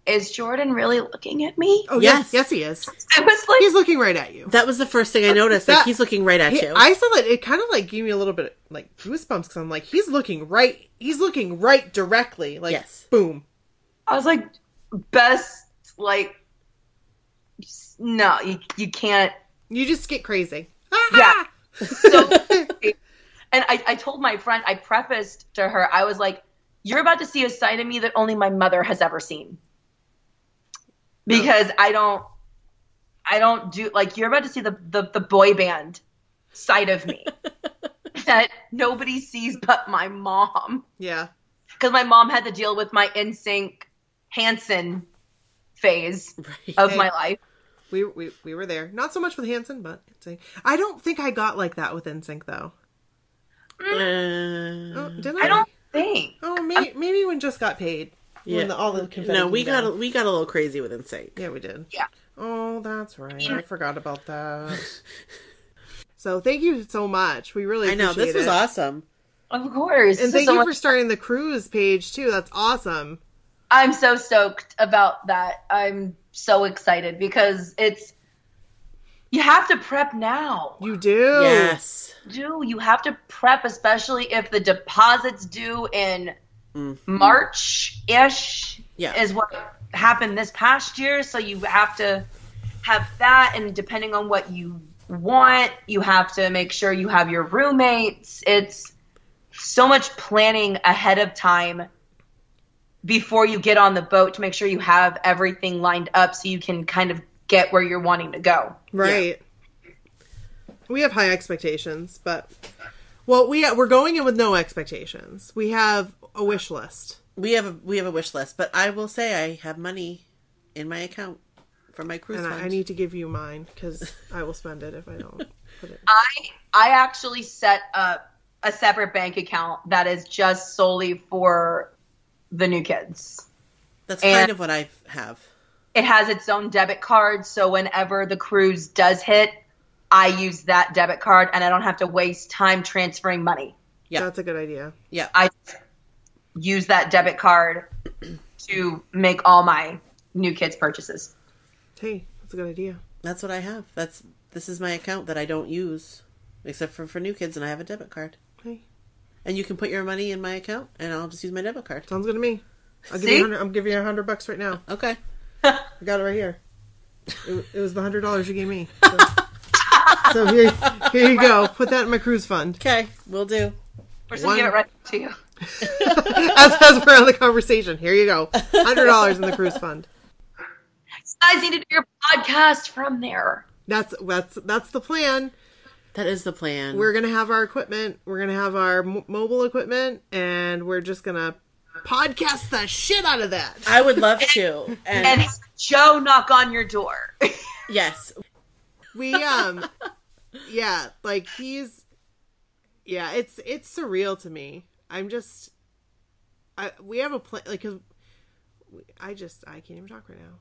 Speaker 3: is Jordan really looking at me?
Speaker 2: Oh yes,
Speaker 1: Yes.
Speaker 2: yes, he is.
Speaker 3: I was like
Speaker 2: He's looking right at you.
Speaker 1: That was the first thing I noticed. Like
Speaker 2: That-
Speaker 1: he's looking right at
Speaker 2: He-
Speaker 1: you.
Speaker 2: I saw that it kind of like gave me a little bit of, like goosebumps because I'm like, he's looking right. He's looking right directly. Like,
Speaker 1: Yes.
Speaker 2: boom.
Speaker 3: I was like, best like, s- no, you you can't.
Speaker 2: You just get crazy.
Speaker 3: Yeah. So, and I I told my friend I prefaced to her I was like, you're about to see a side of me that only my mother has ever seen, because I don't. I don't do like you're about to see the, the, the boy band side of me that nobody sees but my mom.
Speaker 2: Yeah.
Speaker 3: Because my mom had to deal with my NSYNC Hanson phase
Speaker 1: Right.
Speaker 3: of
Speaker 2: Hey.
Speaker 3: my life.
Speaker 2: We, we we were there. Not so much with Hanson, but NSYNC. I don't think I got like that with NSYNC though. Oh,
Speaker 1: Uh,
Speaker 2: did I?
Speaker 3: I don't think.
Speaker 2: Oh, maybe, maybe when just got paid.
Speaker 1: yeah.
Speaker 2: When the, all the confetti
Speaker 1: no, we
Speaker 2: came
Speaker 1: got
Speaker 2: down.
Speaker 1: a, we got a little crazy with NSYNC.
Speaker 2: Yeah, we did.
Speaker 3: Yeah.
Speaker 2: Oh, that's right. I forgot about that. so thank you so much. We really
Speaker 1: I know this
Speaker 2: appreciate
Speaker 1: was
Speaker 2: it.
Speaker 1: awesome.
Speaker 3: Of course.
Speaker 2: And
Speaker 3: This is
Speaker 2: thank
Speaker 3: so
Speaker 2: you
Speaker 3: much-
Speaker 2: for starting the cruise page too. That's awesome.
Speaker 3: I'm so stoked about that. I'm so excited because it's you have to prep now.
Speaker 2: You do.
Speaker 1: Yes.
Speaker 3: Do you have to prep especially if the deposits due in March ish
Speaker 1: Yeah.
Speaker 3: is what happened this past year. So you have to have that and depending on what you want, you have to make sure you have your roommates. It's so much planning ahead of time before you get on the boat to make sure you have everything lined up so you can kind of get where you're wanting to go.
Speaker 2: Right. We have high expectations, but well, we we're going in with no expectations. We have a wish list.
Speaker 1: We have a we have a wish list, but I will say I have money in my account for my cruise
Speaker 2: And
Speaker 1: fund.
Speaker 2: I, I need to give you mine because I will spend it if I don't put it.
Speaker 3: I I actually set up a separate bank account that is just solely for the new kids.
Speaker 1: That's
Speaker 3: and-
Speaker 1: kind of what I have.
Speaker 3: It has its own debit card, so whenever the cruise does hit, I use that debit card and I don't have to waste time transferring money.
Speaker 1: Yeah.
Speaker 2: That's a good idea.
Speaker 1: Yeah.
Speaker 3: I use that debit card to make all my new kids purchases.
Speaker 2: Hey, that's a good idea.
Speaker 1: That's what I have. That's this is my account that I don't use, except for for new kids, and I have a debit card.
Speaker 2: Hey,
Speaker 1: And you can put your money in my account, and I'll just use my debit card.
Speaker 2: sounds good to me. I'll give
Speaker 3: See?
Speaker 2: you a hundred. I'm giving you a hundred bucks right now.
Speaker 1: Okay.
Speaker 2: I got it right here. It, it was the hundred dollars you gave me. So, so here, here you go. Put that in my cruise fund.
Speaker 1: Okay. We'll do.
Speaker 3: We're just gonna give it right to you.
Speaker 2: As, as we're on the conversation, here you go. Hundred dollars in the cruise fund.
Speaker 3: You guys need to do your podcast from there.
Speaker 2: That's that's that's the plan.
Speaker 1: That is the plan.
Speaker 2: We're gonna have our equipment. We're gonna have our m- mobile equipment, and we're just gonna podcast the shit out of that.
Speaker 1: I would love to. And,
Speaker 3: And have Joe knock on your door.
Speaker 1: yes.
Speaker 2: We um, yeah, like he's, yeah, it's it's surreal to me. I'm just, I we have a plan like 'cause we- I just I can't even talk right now.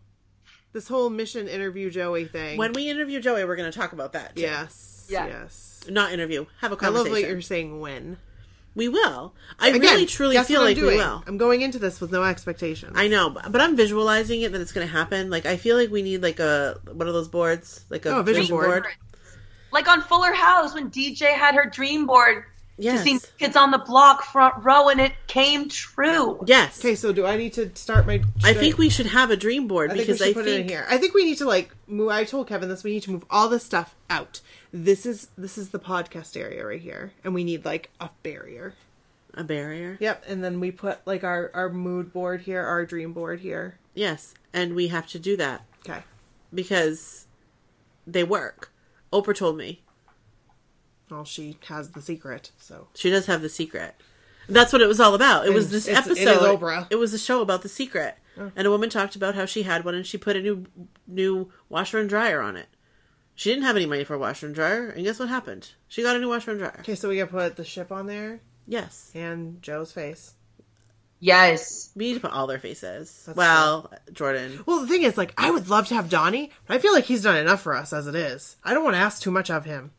Speaker 2: This whole mission interview Joey thing.
Speaker 1: When we interview Joey, we're going to talk about that. too.
Speaker 2: yes,
Speaker 3: Yeah.
Speaker 2: yes.
Speaker 1: Not interview. Have a
Speaker 2: I love what
Speaker 1: conversation.
Speaker 2: you're saying. When
Speaker 1: We will. I
Speaker 2: Again,
Speaker 1: really truly
Speaker 2: that's
Speaker 1: feel
Speaker 2: what I'm
Speaker 1: like we
Speaker 2: doing.
Speaker 1: will.
Speaker 2: I'm going into this with no expectations.
Speaker 1: I know, but but I'm visualizing it that it's going to happen. Like I feel like we need like a one of those boards, like a
Speaker 2: Oh, a vision
Speaker 1: vision
Speaker 2: board.
Speaker 1: board.
Speaker 3: Like on Fuller House when DJ had her dream board
Speaker 1: Yes.
Speaker 3: to see kids on the block front row and it came true.
Speaker 1: Yes.
Speaker 2: okay, so do I need to start my?
Speaker 1: I
Speaker 2: should
Speaker 1: think we should have a dream board
Speaker 2: I think we
Speaker 1: because
Speaker 2: should
Speaker 1: I
Speaker 2: put
Speaker 1: think
Speaker 2: it in here. I think we need to like move. I told Kevin this. We need to move all this stuff out. This is this is the podcast area right here, and we need like a barrier.
Speaker 1: a barrier.
Speaker 2: Yep, and then we put like our our mood board here, our dream board here.
Speaker 1: Yes, and we have to do that
Speaker 2: Okay.
Speaker 1: because they work. Oprah told me
Speaker 2: Well, she has the secret, so
Speaker 1: she does have the secret. That's what it was all about. It was
Speaker 2: And
Speaker 1: this
Speaker 2: it's- it
Speaker 1: episode.
Speaker 2: is Oprah. Oh.
Speaker 1: It was a show about the secret, and a woman talked about how she had one and she put a new new washer and dryer on it. She didn't have any money for a washer and dryer, and guess what happened? She got a new washer and dryer.
Speaker 2: okay. So we gotta put the ship on there
Speaker 1: Yes,
Speaker 2: and Joe's face.
Speaker 3: Yes.
Speaker 1: we need to put all their faces.
Speaker 2: That's
Speaker 1: well, Jordan,
Speaker 2: Well, the thing is, like, I would love to have Donnie, but I feel like he's done enough for us as it is. I don't want to ask too much of him.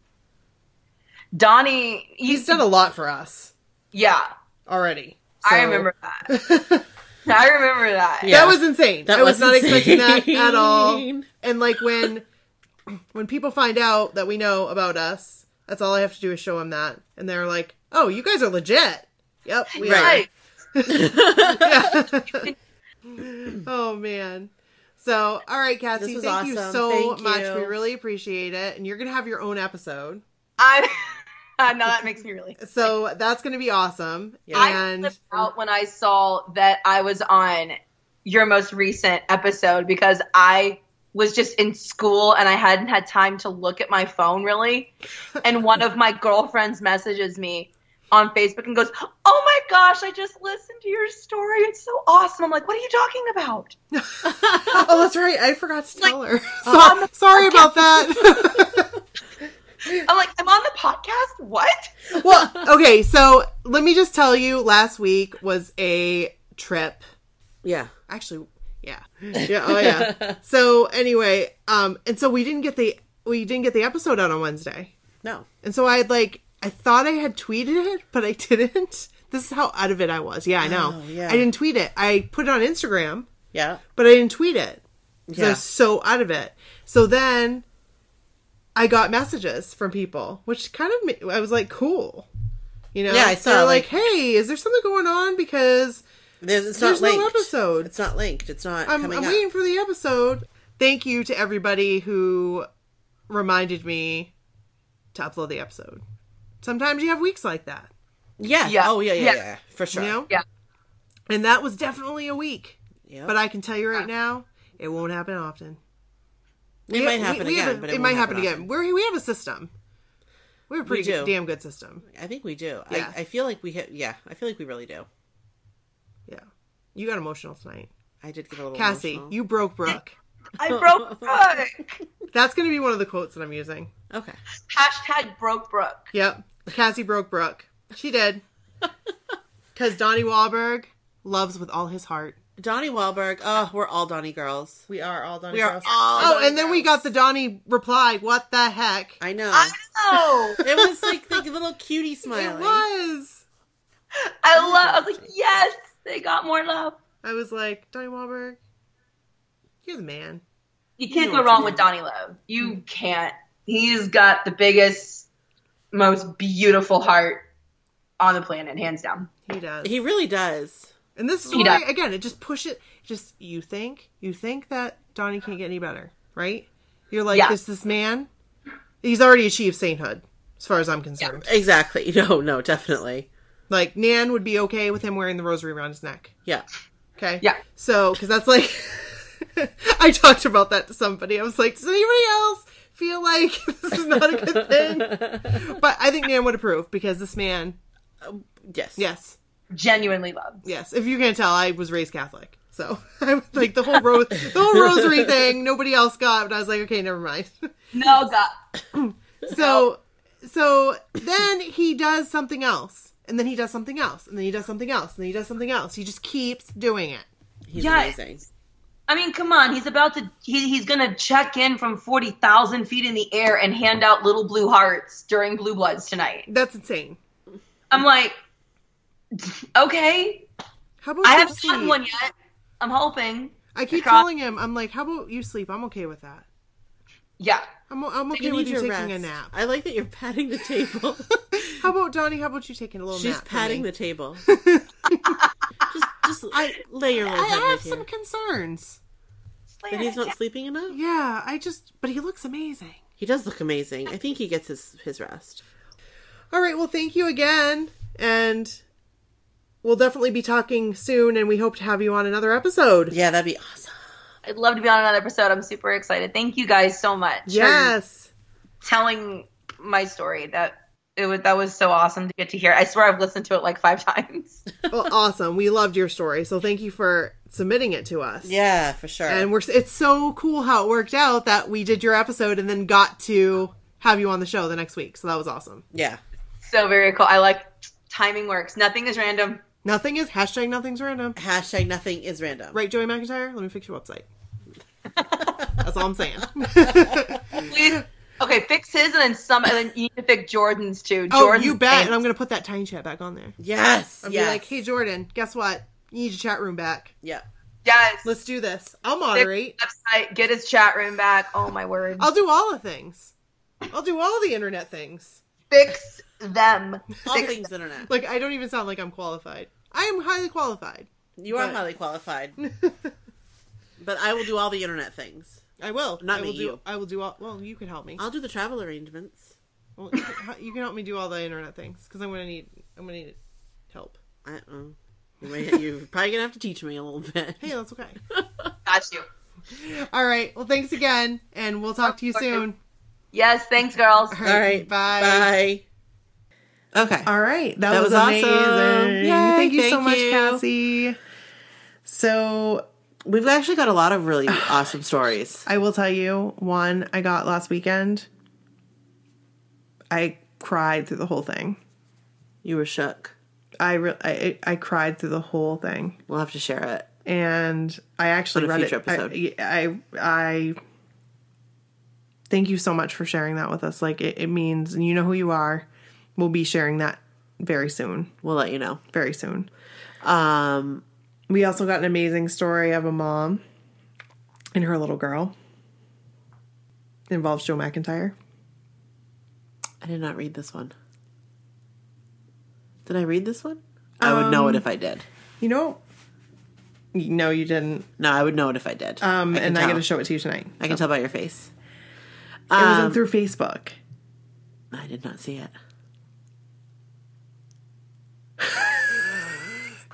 Speaker 3: Donnie,
Speaker 2: He's
Speaker 3: he's,
Speaker 2: done a lot for us
Speaker 3: yeah,
Speaker 2: already.
Speaker 3: I
Speaker 2: so-
Speaker 3: remember that. I remember that.
Speaker 1: Yeah.
Speaker 2: That was insane.
Speaker 1: That
Speaker 2: I was,
Speaker 1: was
Speaker 2: not expecting that
Speaker 1: insane.
Speaker 2: at all. And like when when people find out that we know about us, that's all I have to do is show them that, and they're like, "Oh, you guys are legit." Yep, we
Speaker 1: Right.
Speaker 2: Oh, are. Oh man. So, all right, Cassie,
Speaker 1: was
Speaker 2: thank you
Speaker 1: awesome.
Speaker 2: so
Speaker 1: Thank
Speaker 2: much.
Speaker 1: you.
Speaker 2: We really appreciate it, and you're gonna have your own episode.
Speaker 3: I, I know that makes me really.
Speaker 2: So that's gonna be awesome.
Speaker 3: I
Speaker 2: And
Speaker 3: flipped out when I saw that I was on your most recent episode because I was just in school and I hadn't had time to look at my phone really. And one of my girlfriends messages me on Facebook and goes, "Oh my gosh, I just listened to your story. It's so awesome." I'm like, "What are you talking about?"
Speaker 2: oh, that's right. I forgot to tell her. So-
Speaker 3: on the
Speaker 2: sorry about that.
Speaker 3: I'm like, "I'm on the podcast? What?"
Speaker 2: well, okay, so let me just tell you last week was a trip.
Speaker 1: yeah,
Speaker 2: Actually, yeah. Yeah, oh yeah. so anyway, um and so we didn't get the we didn't get the episode out on Wednesday.
Speaker 1: no,
Speaker 2: And so I had like I thought I had tweeted it, but I didn't. This is how out of it I was. Yeah, I know.
Speaker 1: Oh, yeah.
Speaker 2: I didn't tweet it. I put it on Instagram,
Speaker 1: yeah,
Speaker 2: but I didn't tweet it. 'cause I
Speaker 1: Yeah.
Speaker 2: was so out of it. So then I got messages from people, which kind of ma- I was like, cool. You know,
Speaker 1: Yeah, I saw,
Speaker 2: They're
Speaker 1: like-
Speaker 2: like, hey, is there something going on? Because
Speaker 1: There's, it's
Speaker 2: there's
Speaker 1: not
Speaker 2: no
Speaker 1: linked.
Speaker 2: episode. Um,
Speaker 1: It's not linked. It's not
Speaker 2: I'm,
Speaker 1: coming
Speaker 2: I'm
Speaker 1: up.
Speaker 2: waiting for the episode. Thank you to everybody who reminded me to upload the episode. Sometimes you have weeks like that,
Speaker 1: Yeah.
Speaker 3: Yeah.
Speaker 1: Oh yeah, yeah, yeah,
Speaker 3: Yeah.
Speaker 1: For sure.
Speaker 2: you know?
Speaker 3: Yeah.
Speaker 2: And that was definitely a week.
Speaker 1: Yep.
Speaker 2: But I can tell you right now, it won't happen often.
Speaker 1: it might happen
Speaker 2: we have
Speaker 1: again.
Speaker 2: a-
Speaker 1: but
Speaker 2: it,
Speaker 1: it,
Speaker 2: might
Speaker 1: won't
Speaker 2: happen,
Speaker 1: often.
Speaker 2: again. We're, we have a system. We have a pretty
Speaker 1: We do.
Speaker 2: good, damn good system.
Speaker 1: I think we do.
Speaker 2: Yeah.
Speaker 1: I, I feel like we hit. Yeah, I feel like we really do.
Speaker 2: Yeah. You got emotional tonight.
Speaker 1: I did get a little
Speaker 2: Cassie,
Speaker 1: emotional.
Speaker 2: you broke Brooke.
Speaker 3: I broke Brooke.
Speaker 2: That's going to be one of the quotes that I'm using.
Speaker 1: okay.
Speaker 3: Hashtag broke Brooke.
Speaker 2: Yep. Cassie broke Brooke. She did. Because Donnie Wahlberg loves with all his heart.
Speaker 1: Donnie Wahlberg. Oh, we're all Donnie girls.
Speaker 2: We are all Donnie
Speaker 1: We are
Speaker 2: girls.
Speaker 1: all
Speaker 2: oh,
Speaker 1: Donnie
Speaker 2: and then we
Speaker 1: girls.
Speaker 2: got the Donnie reply. What the heck?
Speaker 1: I know.
Speaker 3: I know.
Speaker 1: it was like the little cutie
Speaker 2: It
Speaker 1: smiling.
Speaker 2: was.
Speaker 3: I love. I was like, yes, they got more love.
Speaker 2: I was like, Donnie Wahlberg, you're the man.
Speaker 3: You can't
Speaker 1: know
Speaker 3: go
Speaker 1: what
Speaker 3: wrong
Speaker 1: to
Speaker 3: with
Speaker 1: do.
Speaker 3: Donnie Lowe. You can't. He's got the biggest, most beautiful heart on the planet, hands down.
Speaker 2: He does.
Speaker 1: He really does.
Speaker 2: and this story,
Speaker 3: does.
Speaker 2: again, it just push it. Just you think, you think that Donnie can't get any better, right? You're like,
Speaker 3: Yeah.
Speaker 2: this this man, he's already achieved sainthood, as far as I'm concerned.
Speaker 1: Exactly. No, no, definitely.
Speaker 2: Like Nan would be okay with him wearing the rosary around his neck.
Speaker 1: Yeah.
Speaker 2: Okay.
Speaker 3: Yeah.
Speaker 2: So, because that's like, I talked about that to somebody. I was like, does anybody else feel like this is not a good thing? but I think Nan would approve because this man,
Speaker 1: Yes.
Speaker 2: yes,
Speaker 3: Genuinely loved.
Speaker 2: yes. If you can't tell, I was raised Catholic, so I was like the whole ro- the whole rosary thing. Nobody else got, but I was like, okay, never mind.
Speaker 3: No God.
Speaker 2: So, so then he does something else, and then he does something else, and then he does something else, and then he does something else. He just keeps doing it.
Speaker 1: He's
Speaker 3: Yes.
Speaker 1: amazing.
Speaker 3: I mean, come on. He's about to. He, he's gonna check in from forty thousand feet in the air and hand out little blue hearts during Blue Bloods tonight.
Speaker 2: That's insane.
Speaker 3: I'm like, Okay.
Speaker 4: How about
Speaker 3: I
Speaker 4: you
Speaker 3: haven't
Speaker 4: sleep?
Speaker 3: gotten one yet. I'm hoping.
Speaker 4: I keep
Speaker 3: Try-
Speaker 4: telling him, I'm like, how about you sleep? I'm okay with that.
Speaker 3: Yeah.
Speaker 4: I'm, I'm okay
Speaker 1: You
Speaker 4: with
Speaker 1: need
Speaker 4: you
Speaker 1: your
Speaker 4: taking
Speaker 1: rest.
Speaker 4: a nap.
Speaker 1: I like that you're patting the table.
Speaker 4: How about Donnie? How about you taking a little
Speaker 1: She's
Speaker 4: nap?
Speaker 1: patting the table. just, just I lay your little
Speaker 2: I
Speaker 1: head
Speaker 2: have
Speaker 1: right
Speaker 2: some
Speaker 1: here.
Speaker 2: concerns.
Speaker 1: That he's not sleeping enough.
Speaker 4: Yeah, I just. But he looks amazing.
Speaker 1: He does look amazing. I think he gets his his rest.
Speaker 4: All right. Well, thank you again, and we'll definitely be talking soon. And we hope to have you on another episode.
Speaker 1: Yeah, that'd be awesome.
Speaker 3: I'd love to be on another episode. I'm super excited. Thank you guys so much. for
Speaker 4: Yes.
Speaker 3: telling my story that it was that was so awesome to get to hear. I swear I've listened to it like five times.
Speaker 4: well, awesome. We loved your story, so thank you for submitting it to us.
Speaker 1: Yeah, for sure.
Speaker 4: And we're it's so cool how it worked out that we did your episode and then got to have you on the show the next week. So that was awesome.
Speaker 1: yeah,
Speaker 3: So very cool. I like timing works. Nothing is random.
Speaker 4: Nothing is hashtag nothing's random.
Speaker 1: hashtag nothing is random.
Speaker 4: Right, Joey McIntyre? Let me fix your website. That's all I'm saying.
Speaker 3: Please. Okay, fix his and then some and then you need to fix Jordan's too.
Speaker 4: oh,
Speaker 3: Jordan's
Speaker 4: you bet. And
Speaker 3: and-
Speaker 4: I'm gonna put that tiny chat back on there.
Speaker 1: Yes.
Speaker 4: I'm
Speaker 1: yes.
Speaker 4: be like, hey Jordan, guess what? You need your chat room back.
Speaker 1: yeah.
Speaker 3: yes.
Speaker 4: Let's do this. I'll
Speaker 3: Fix
Speaker 4: moderate.
Speaker 3: his website, get his chat room back. Oh my word.
Speaker 4: I'll do all the things. I'll do all the internet things.
Speaker 3: fix them.
Speaker 1: All
Speaker 3: Fix-
Speaker 1: things internet.
Speaker 4: Like I don't even sound like I'm qualified. I am highly qualified.
Speaker 1: You are
Speaker 4: but-
Speaker 1: highly qualified, but I will do all the internet things.
Speaker 4: I will.
Speaker 1: Not
Speaker 4: I
Speaker 1: me,
Speaker 4: will do,
Speaker 1: you.
Speaker 4: I will do all. Well, you can help me.
Speaker 1: I'll do the travel arrangements.
Speaker 4: Well, you, can, you can help me do all the internet things because I'm gonna need. I'm gonna need help.
Speaker 1: I oh, don't know. You might- You're probably gonna have to teach me a little bit.
Speaker 4: Hey, that's okay.
Speaker 3: Got you.
Speaker 4: all right. Well, thanks again, and we'll talk to you soon.
Speaker 3: Yes, thanks girls.
Speaker 4: All right. Bye.
Speaker 1: Bye. Okay.
Speaker 2: All right. That,
Speaker 1: That
Speaker 2: was,
Speaker 1: was awesome.
Speaker 2: amazing.
Speaker 1: Yay,
Speaker 2: thank you so
Speaker 1: thank
Speaker 2: much,
Speaker 1: you.
Speaker 2: Cassie. So
Speaker 1: We've actually got a lot of really awesome stories.
Speaker 2: I will tell you one I got last weekend. I cried through the whole thing.
Speaker 1: You were shook.
Speaker 2: I re- I, I cried through the whole thing.
Speaker 1: We'll have to share it.
Speaker 2: and I actually
Speaker 1: On a
Speaker 2: read it.
Speaker 1: future episode.
Speaker 2: I, I I thank you so much for sharing that with us. Like it, it means and you know who you are. We'll be sharing that very soon.
Speaker 1: We'll let you know.
Speaker 2: Very soon.
Speaker 1: Um,
Speaker 2: We also got an amazing story of a mom and her little girl. It involves Joe McIntyre.
Speaker 1: I did not read this one. Did I read this one? I would
Speaker 2: Um,
Speaker 1: know it if I did.
Speaker 2: You know no, you didn't.
Speaker 1: No, I would know it if I did.
Speaker 2: Um,
Speaker 1: I can
Speaker 2: and I
Speaker 1: tell.
Speaker 2: got to show it to you tonight.
Speaker 1: I can tell by your face.
Speaker 2: It wasn't
Speaker 1: Um,
Speaker 2: through Facebook.
Speaker 1: I did not see it.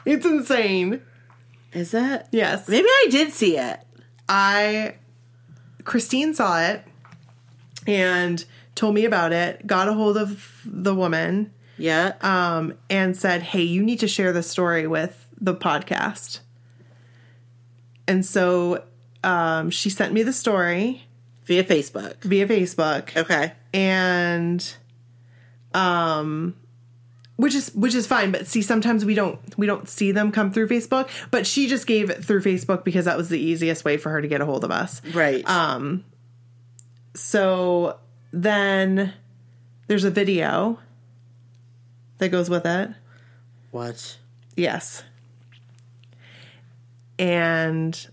Speaker 2: It's insane.
Speaker 1: Is that?
Speaker 2: Yes.
Speaker 1: Maybe I did see it.
Speaker 2: I Christine saw it and told me about it, got a hold of the woman
Speaker 1: Yeah.
Speaker 2: um, and said, "Hey, you need to share this story with the podcast." And so um, she sent me the story
Speaker 1: Via Facebook.
Speaker 2: via Facebook
Speaker 1: Okay.
Speaker 2: and um which is which is fine but see sometimes we don't we don't see them come through facebook but she just gave it through facebook because that was the easiest way for her to get a hold of us
Speaker 1: Right.
Speaker 2: Uh, so then there's a video that goes with it
Speaker 1: what?
Speaker 2: yes and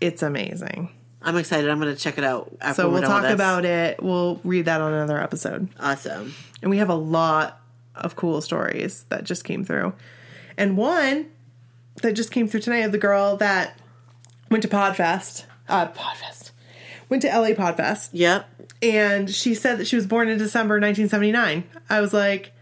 Speaker 2: it's amazing
Speaker 1: I'm excited. I'm going to check it out after
Speaker 2: so
Speaker 1: we're
Speaker 2: we'll
Speaker 1: done
Speaker 2: talk
Speaker 1: with this.
Speaker 2: about it we'll read that on another episode
Speaker 1: Awesome.
Speaker 2: And we have a lot of cool stories that just came through. And one that just came through tonight of the girl that went to Podfest, uh, Podfest, went to LA Podfest.
Speaker 1: Yep.
Speaker 2: And she said that she was born in December 1979. I was like,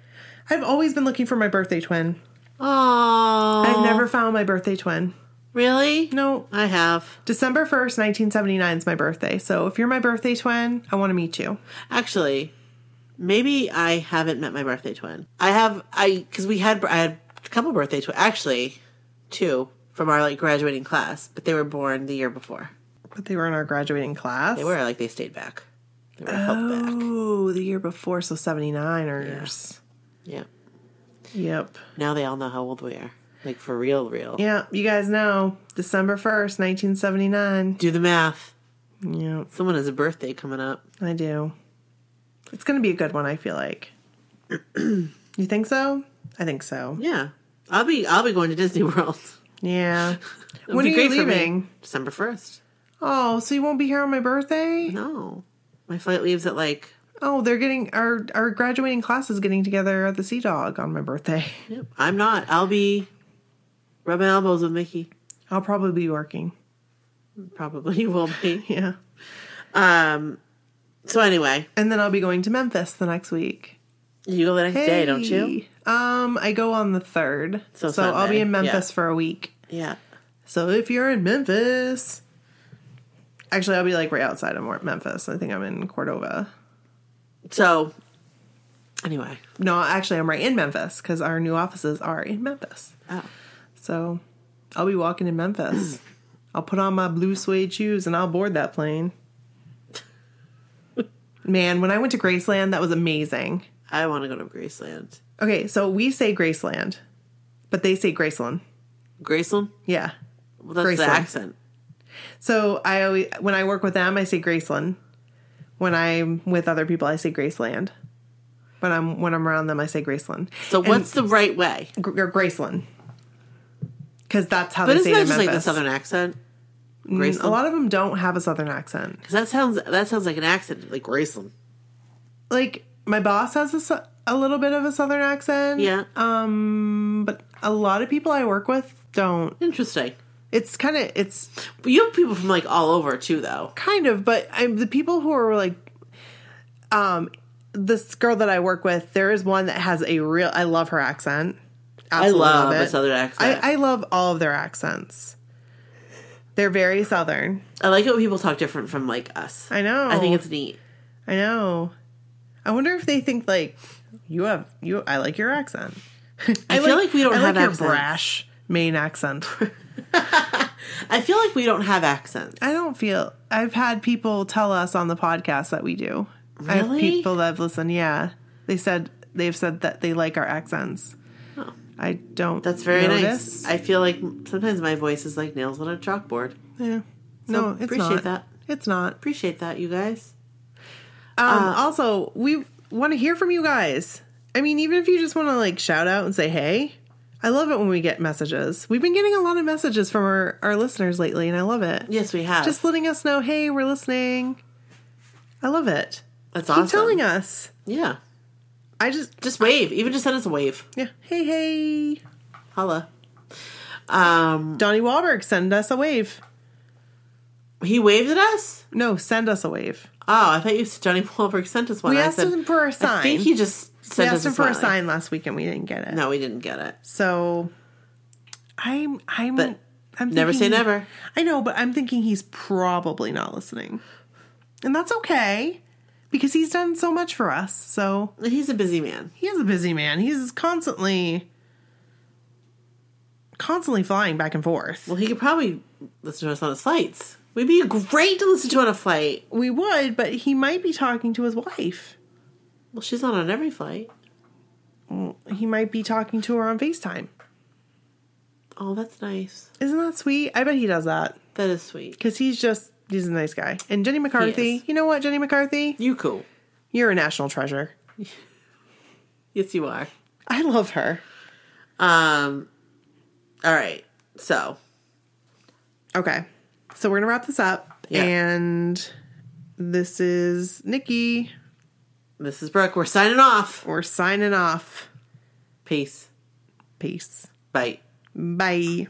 Speaker 2: I've always been looking for my birthday twin.
Speaker 1: Oh.
Speaker 2: I've never found my birthday twin.
Speaker 1: Really?
Speaker 2: No,
Speaker 1: I have.
Speaker 2: December 1st, 1979 is my birthday. So if you're my birthday twin, I want to meet you.
Speaker 1: Actually, maybe I haven't met my birthday twin. I have I because we had I had a couple birthday twins. Actually, two from our like graduating class, but they were born the year before.
Speaker 2: But they were in our graduating class.
Speaker 1: They were like they stayed back. They were held back.
Speaker 2: Oh, the year before, so 79ers.
Speaker 1: Yeah.
Speaker 2: Yep.
Speaker 1: Now they all know how old we are. Like for real, real.
Speaker 2: Yep. You guys know December 1st, 1979.
Speaker 1: Do the math.
Speaker 2: Yep,
Speaker 1: Someone has a birthday coming up.
Speaker 2: I do. It's going to be a good one, I feel like. you think so? I think so.
Speaker 1: Yeah. I'll be I'll be going to Disney World.
Speaker 2: Yeah.
Speaker 1: It'll
Speaker 2: when are
Speaker 1: be
Speaker 2: you
Speaker 1: great for me.
Speaker 2: leaving?
Speaker 1: December first.
Speaker 2: Oh, so you won't be here on my birthday?
Speaker 1: No, my flight leaves at like
Speaker 2: Oh, they're getting our our graduating class is getting together at the Sea Dog on my birthday.
Speaker 1: Yep, I'm not. I'll be rubbing elbows with Mickey.
Speaker 2: I'll probably be working.
Speaker 1: Probably will be.
Speaker 2: Yeah.
Speaker 1: Um. So anyway,
Speaker 2: And then I'll be going to Memphis the next week.
Speaker 1: you go the next day, don't you?
Speaker 2: Hey. Um, I go on the third.
Speaker 1: So
Speaker 2: So, I'll
Speaker 1: Sunday,
Speaker 2: be in Memphis
Speaker 1: yeah.
Speaker 2: for a week.
Speaker 1: Yeah.
Speaker 2: So if you're in Memphis, actually, I'll be like right outside of Memphis. I think I'm in Cordova.
Speaker 1: So anyway,
Speaker 2: No, actually, I'm right in Memphis because our new offices are in Memphis.
Speaker 1: oh,
Speaker 2: So I'll be walking in Memphis. I'll put on my blue suede shoes and I'll board that plane. Man, when I went to Graceland, that was amazing.
Speaker 1: I want to go to Graceland.
Speaker 2: Okay, so we say Graceland, but they say Graceland.
Speaker 1: Graceland.
Speaker 2: Yeah.
Speaker 1: Well, that's the
Speaker 2: Graceland.
Speaker 1: accent.
Speaker 2: So I always, when I work with them, I say Graceland. When I'm with other people, I say Graceland. But I'm when I'm around them, I say Graceland.
Speaker 1: So what's the right way?
Speaker 2: Gr- or Graceland? Because that's how
Speaker 1: But
Speaker 2: they say
Speaker 1: isn't
Speaker 2: it
Speaker 1: that
Speaker 2: in
Speaker 1: just like the
Speaker 2: Memphis.
Speaker 1: southern accent?
Speaker 2: Mm, A
Speaker 1: Graceland.
Speaker 2: lot of them don't have a southern accent.
Speaker 1: Because that sounds that sounds like an accent, like Graceland.
Speaker 2: Like my boss has a, sou- a little bit of a southern accent.
Speaker 1: Yeah.
Speaker 2: Um, but a lot of people I work with don't.
Speaker 1: Interesting.
Speaker 2: It's kind of it's
Speaker 1: But you have people from like all over too, though.
Speaker 2: kind of but I'm, the people who are like um this girl that i work with there is one that has a real i love her accent Absolutely
Speaker 1: I love
Speaker 2: it.
Speaker 1: a southern accent. I,
Speaker 2: I, I love all of their accents they're very southern
Speaker 1: like it when people talk different from like us.
Speaker 2: i know
Speaker 1: I think it's neat.
Speaker 2: i know i wonder if they think like you have you i like your accent
Speaker 1: I feel like we don't
Speaker 2: I like
Speaker 1: have
Speaker 2: your
Speaker 1: accents.
Speaker 2: brash main accent
Speaker 1: I feel like we don't have accents.
Speaker 2: I don't feel. I've had people tell us on the podcast that we do. I have
Speaker 1: Really?
Speaker 2: people that have listened. Yeah, they said they've said that they like our accents.
Speaker 1: Oh.
Speaker 2: I don't.
Speaker 1: That's very
Speaker 2: notice.
Speaker 1: nice. I feel like sometimes my voice is like nails on a chalkboard.
Speaker 2: yeah. No, it's
Speaker 1: appreciate
Speaker 2: not.
Speaker 1: that.
Speaker 2: It's not.
Speaker 1: Appreciate that, you guys.
Speaker 2: Um,
Speaker 1: Uh,
Speaker 2: also, we want to hear from you guys. I mean, even if you just want to like shout out and say hey, I love it when we get messages. We've been getting a lot of messages from our our listeners lately, and I love it.
Speaker 1: Yes, we have.
Speaker 2: Just letting us know, hey, we're listening. I love it.
Speaker 1: That's
Speaker 2: Keep
Speaker 1: awesome.
Speaker 2: telling us.
Speaker 1: Yeah.
Speaker 2: I just
Speaker 1: Just wave. Even just send us a wave.
Speaker 2: Yeah. Hey, hey.
Speaker 1: Holla. Um,
Speaker 2: Donnie Wahlberg, send us a wave.
Speaker 1: he waved at us.
Speaker 2: No, send us a wave.
Speaker 1: Oh, I thought you said Johnny Wahlberg sent us one.
Speaker 2: We
Speaker 1: Oh, I
Speaker 2: asked
Speaker 1: said-
Speaker 2: him for a
Speaker 1: I
Speaker 2: sign.
Speaker 1: think he just
Speaker 2: we
Speaker 1: sent us
Speaker 2: asked him for a
Speaker 1: smiley.
Speaker 2: sign last week and we didn't get it.
Speaker 1: No, we didn't get it.
Speaker 2: So I'm I'm
Speaker 1: But
Speaker 2: I'm
Speaker 1: never
Speaker 2: thinking
Speaker 1: say
Speaker 2: he-
Speaker 1: never.
Speaker 2: I know, but I'm thinking he's probably not listening. And that's okay because he's done so much for us. So
Speaker 1: He's a busy man.
Speaker 2: he is a busy man. He's constantly constantly flying back and forth.
Speaker 1: Well, he could probably listen to us on his flights. We'd be great to listen to on a flight.
Speaker 2: We would, but he might be talking to his wife.
Speaker 1: Well, she's not on every flight.
Speaker 2: he might be talking to her on FaceTime.
Speaker 1: Oh, that's nice.
Speaker 2: Isn't that sweet? I bet he does that
Speaker 1: That is sweet.
Speaker 2: because he's just he's a nice guy. And Jenny McCarthy, you know what, Jenny McCarthy,
Speaker 1: You cool.
Speaker 2: you're a national treasure.
Speaker 1: Yes, you are.
Speaker 2: I love her.
Speaker 1: Um, all right. So,
Speaker 2: Okay, so we're gonna wrap this up,
Speaker 1: Yeah.
Speaker 2: and this is Nikki.
Speaker 1: this is Brooke. We're signing off.
Speaker 2: We're signing off.
Speaker 1: Peace.
Speaker 2: Peace.
Speaker 1: Bye.
Speaker 2: Bye.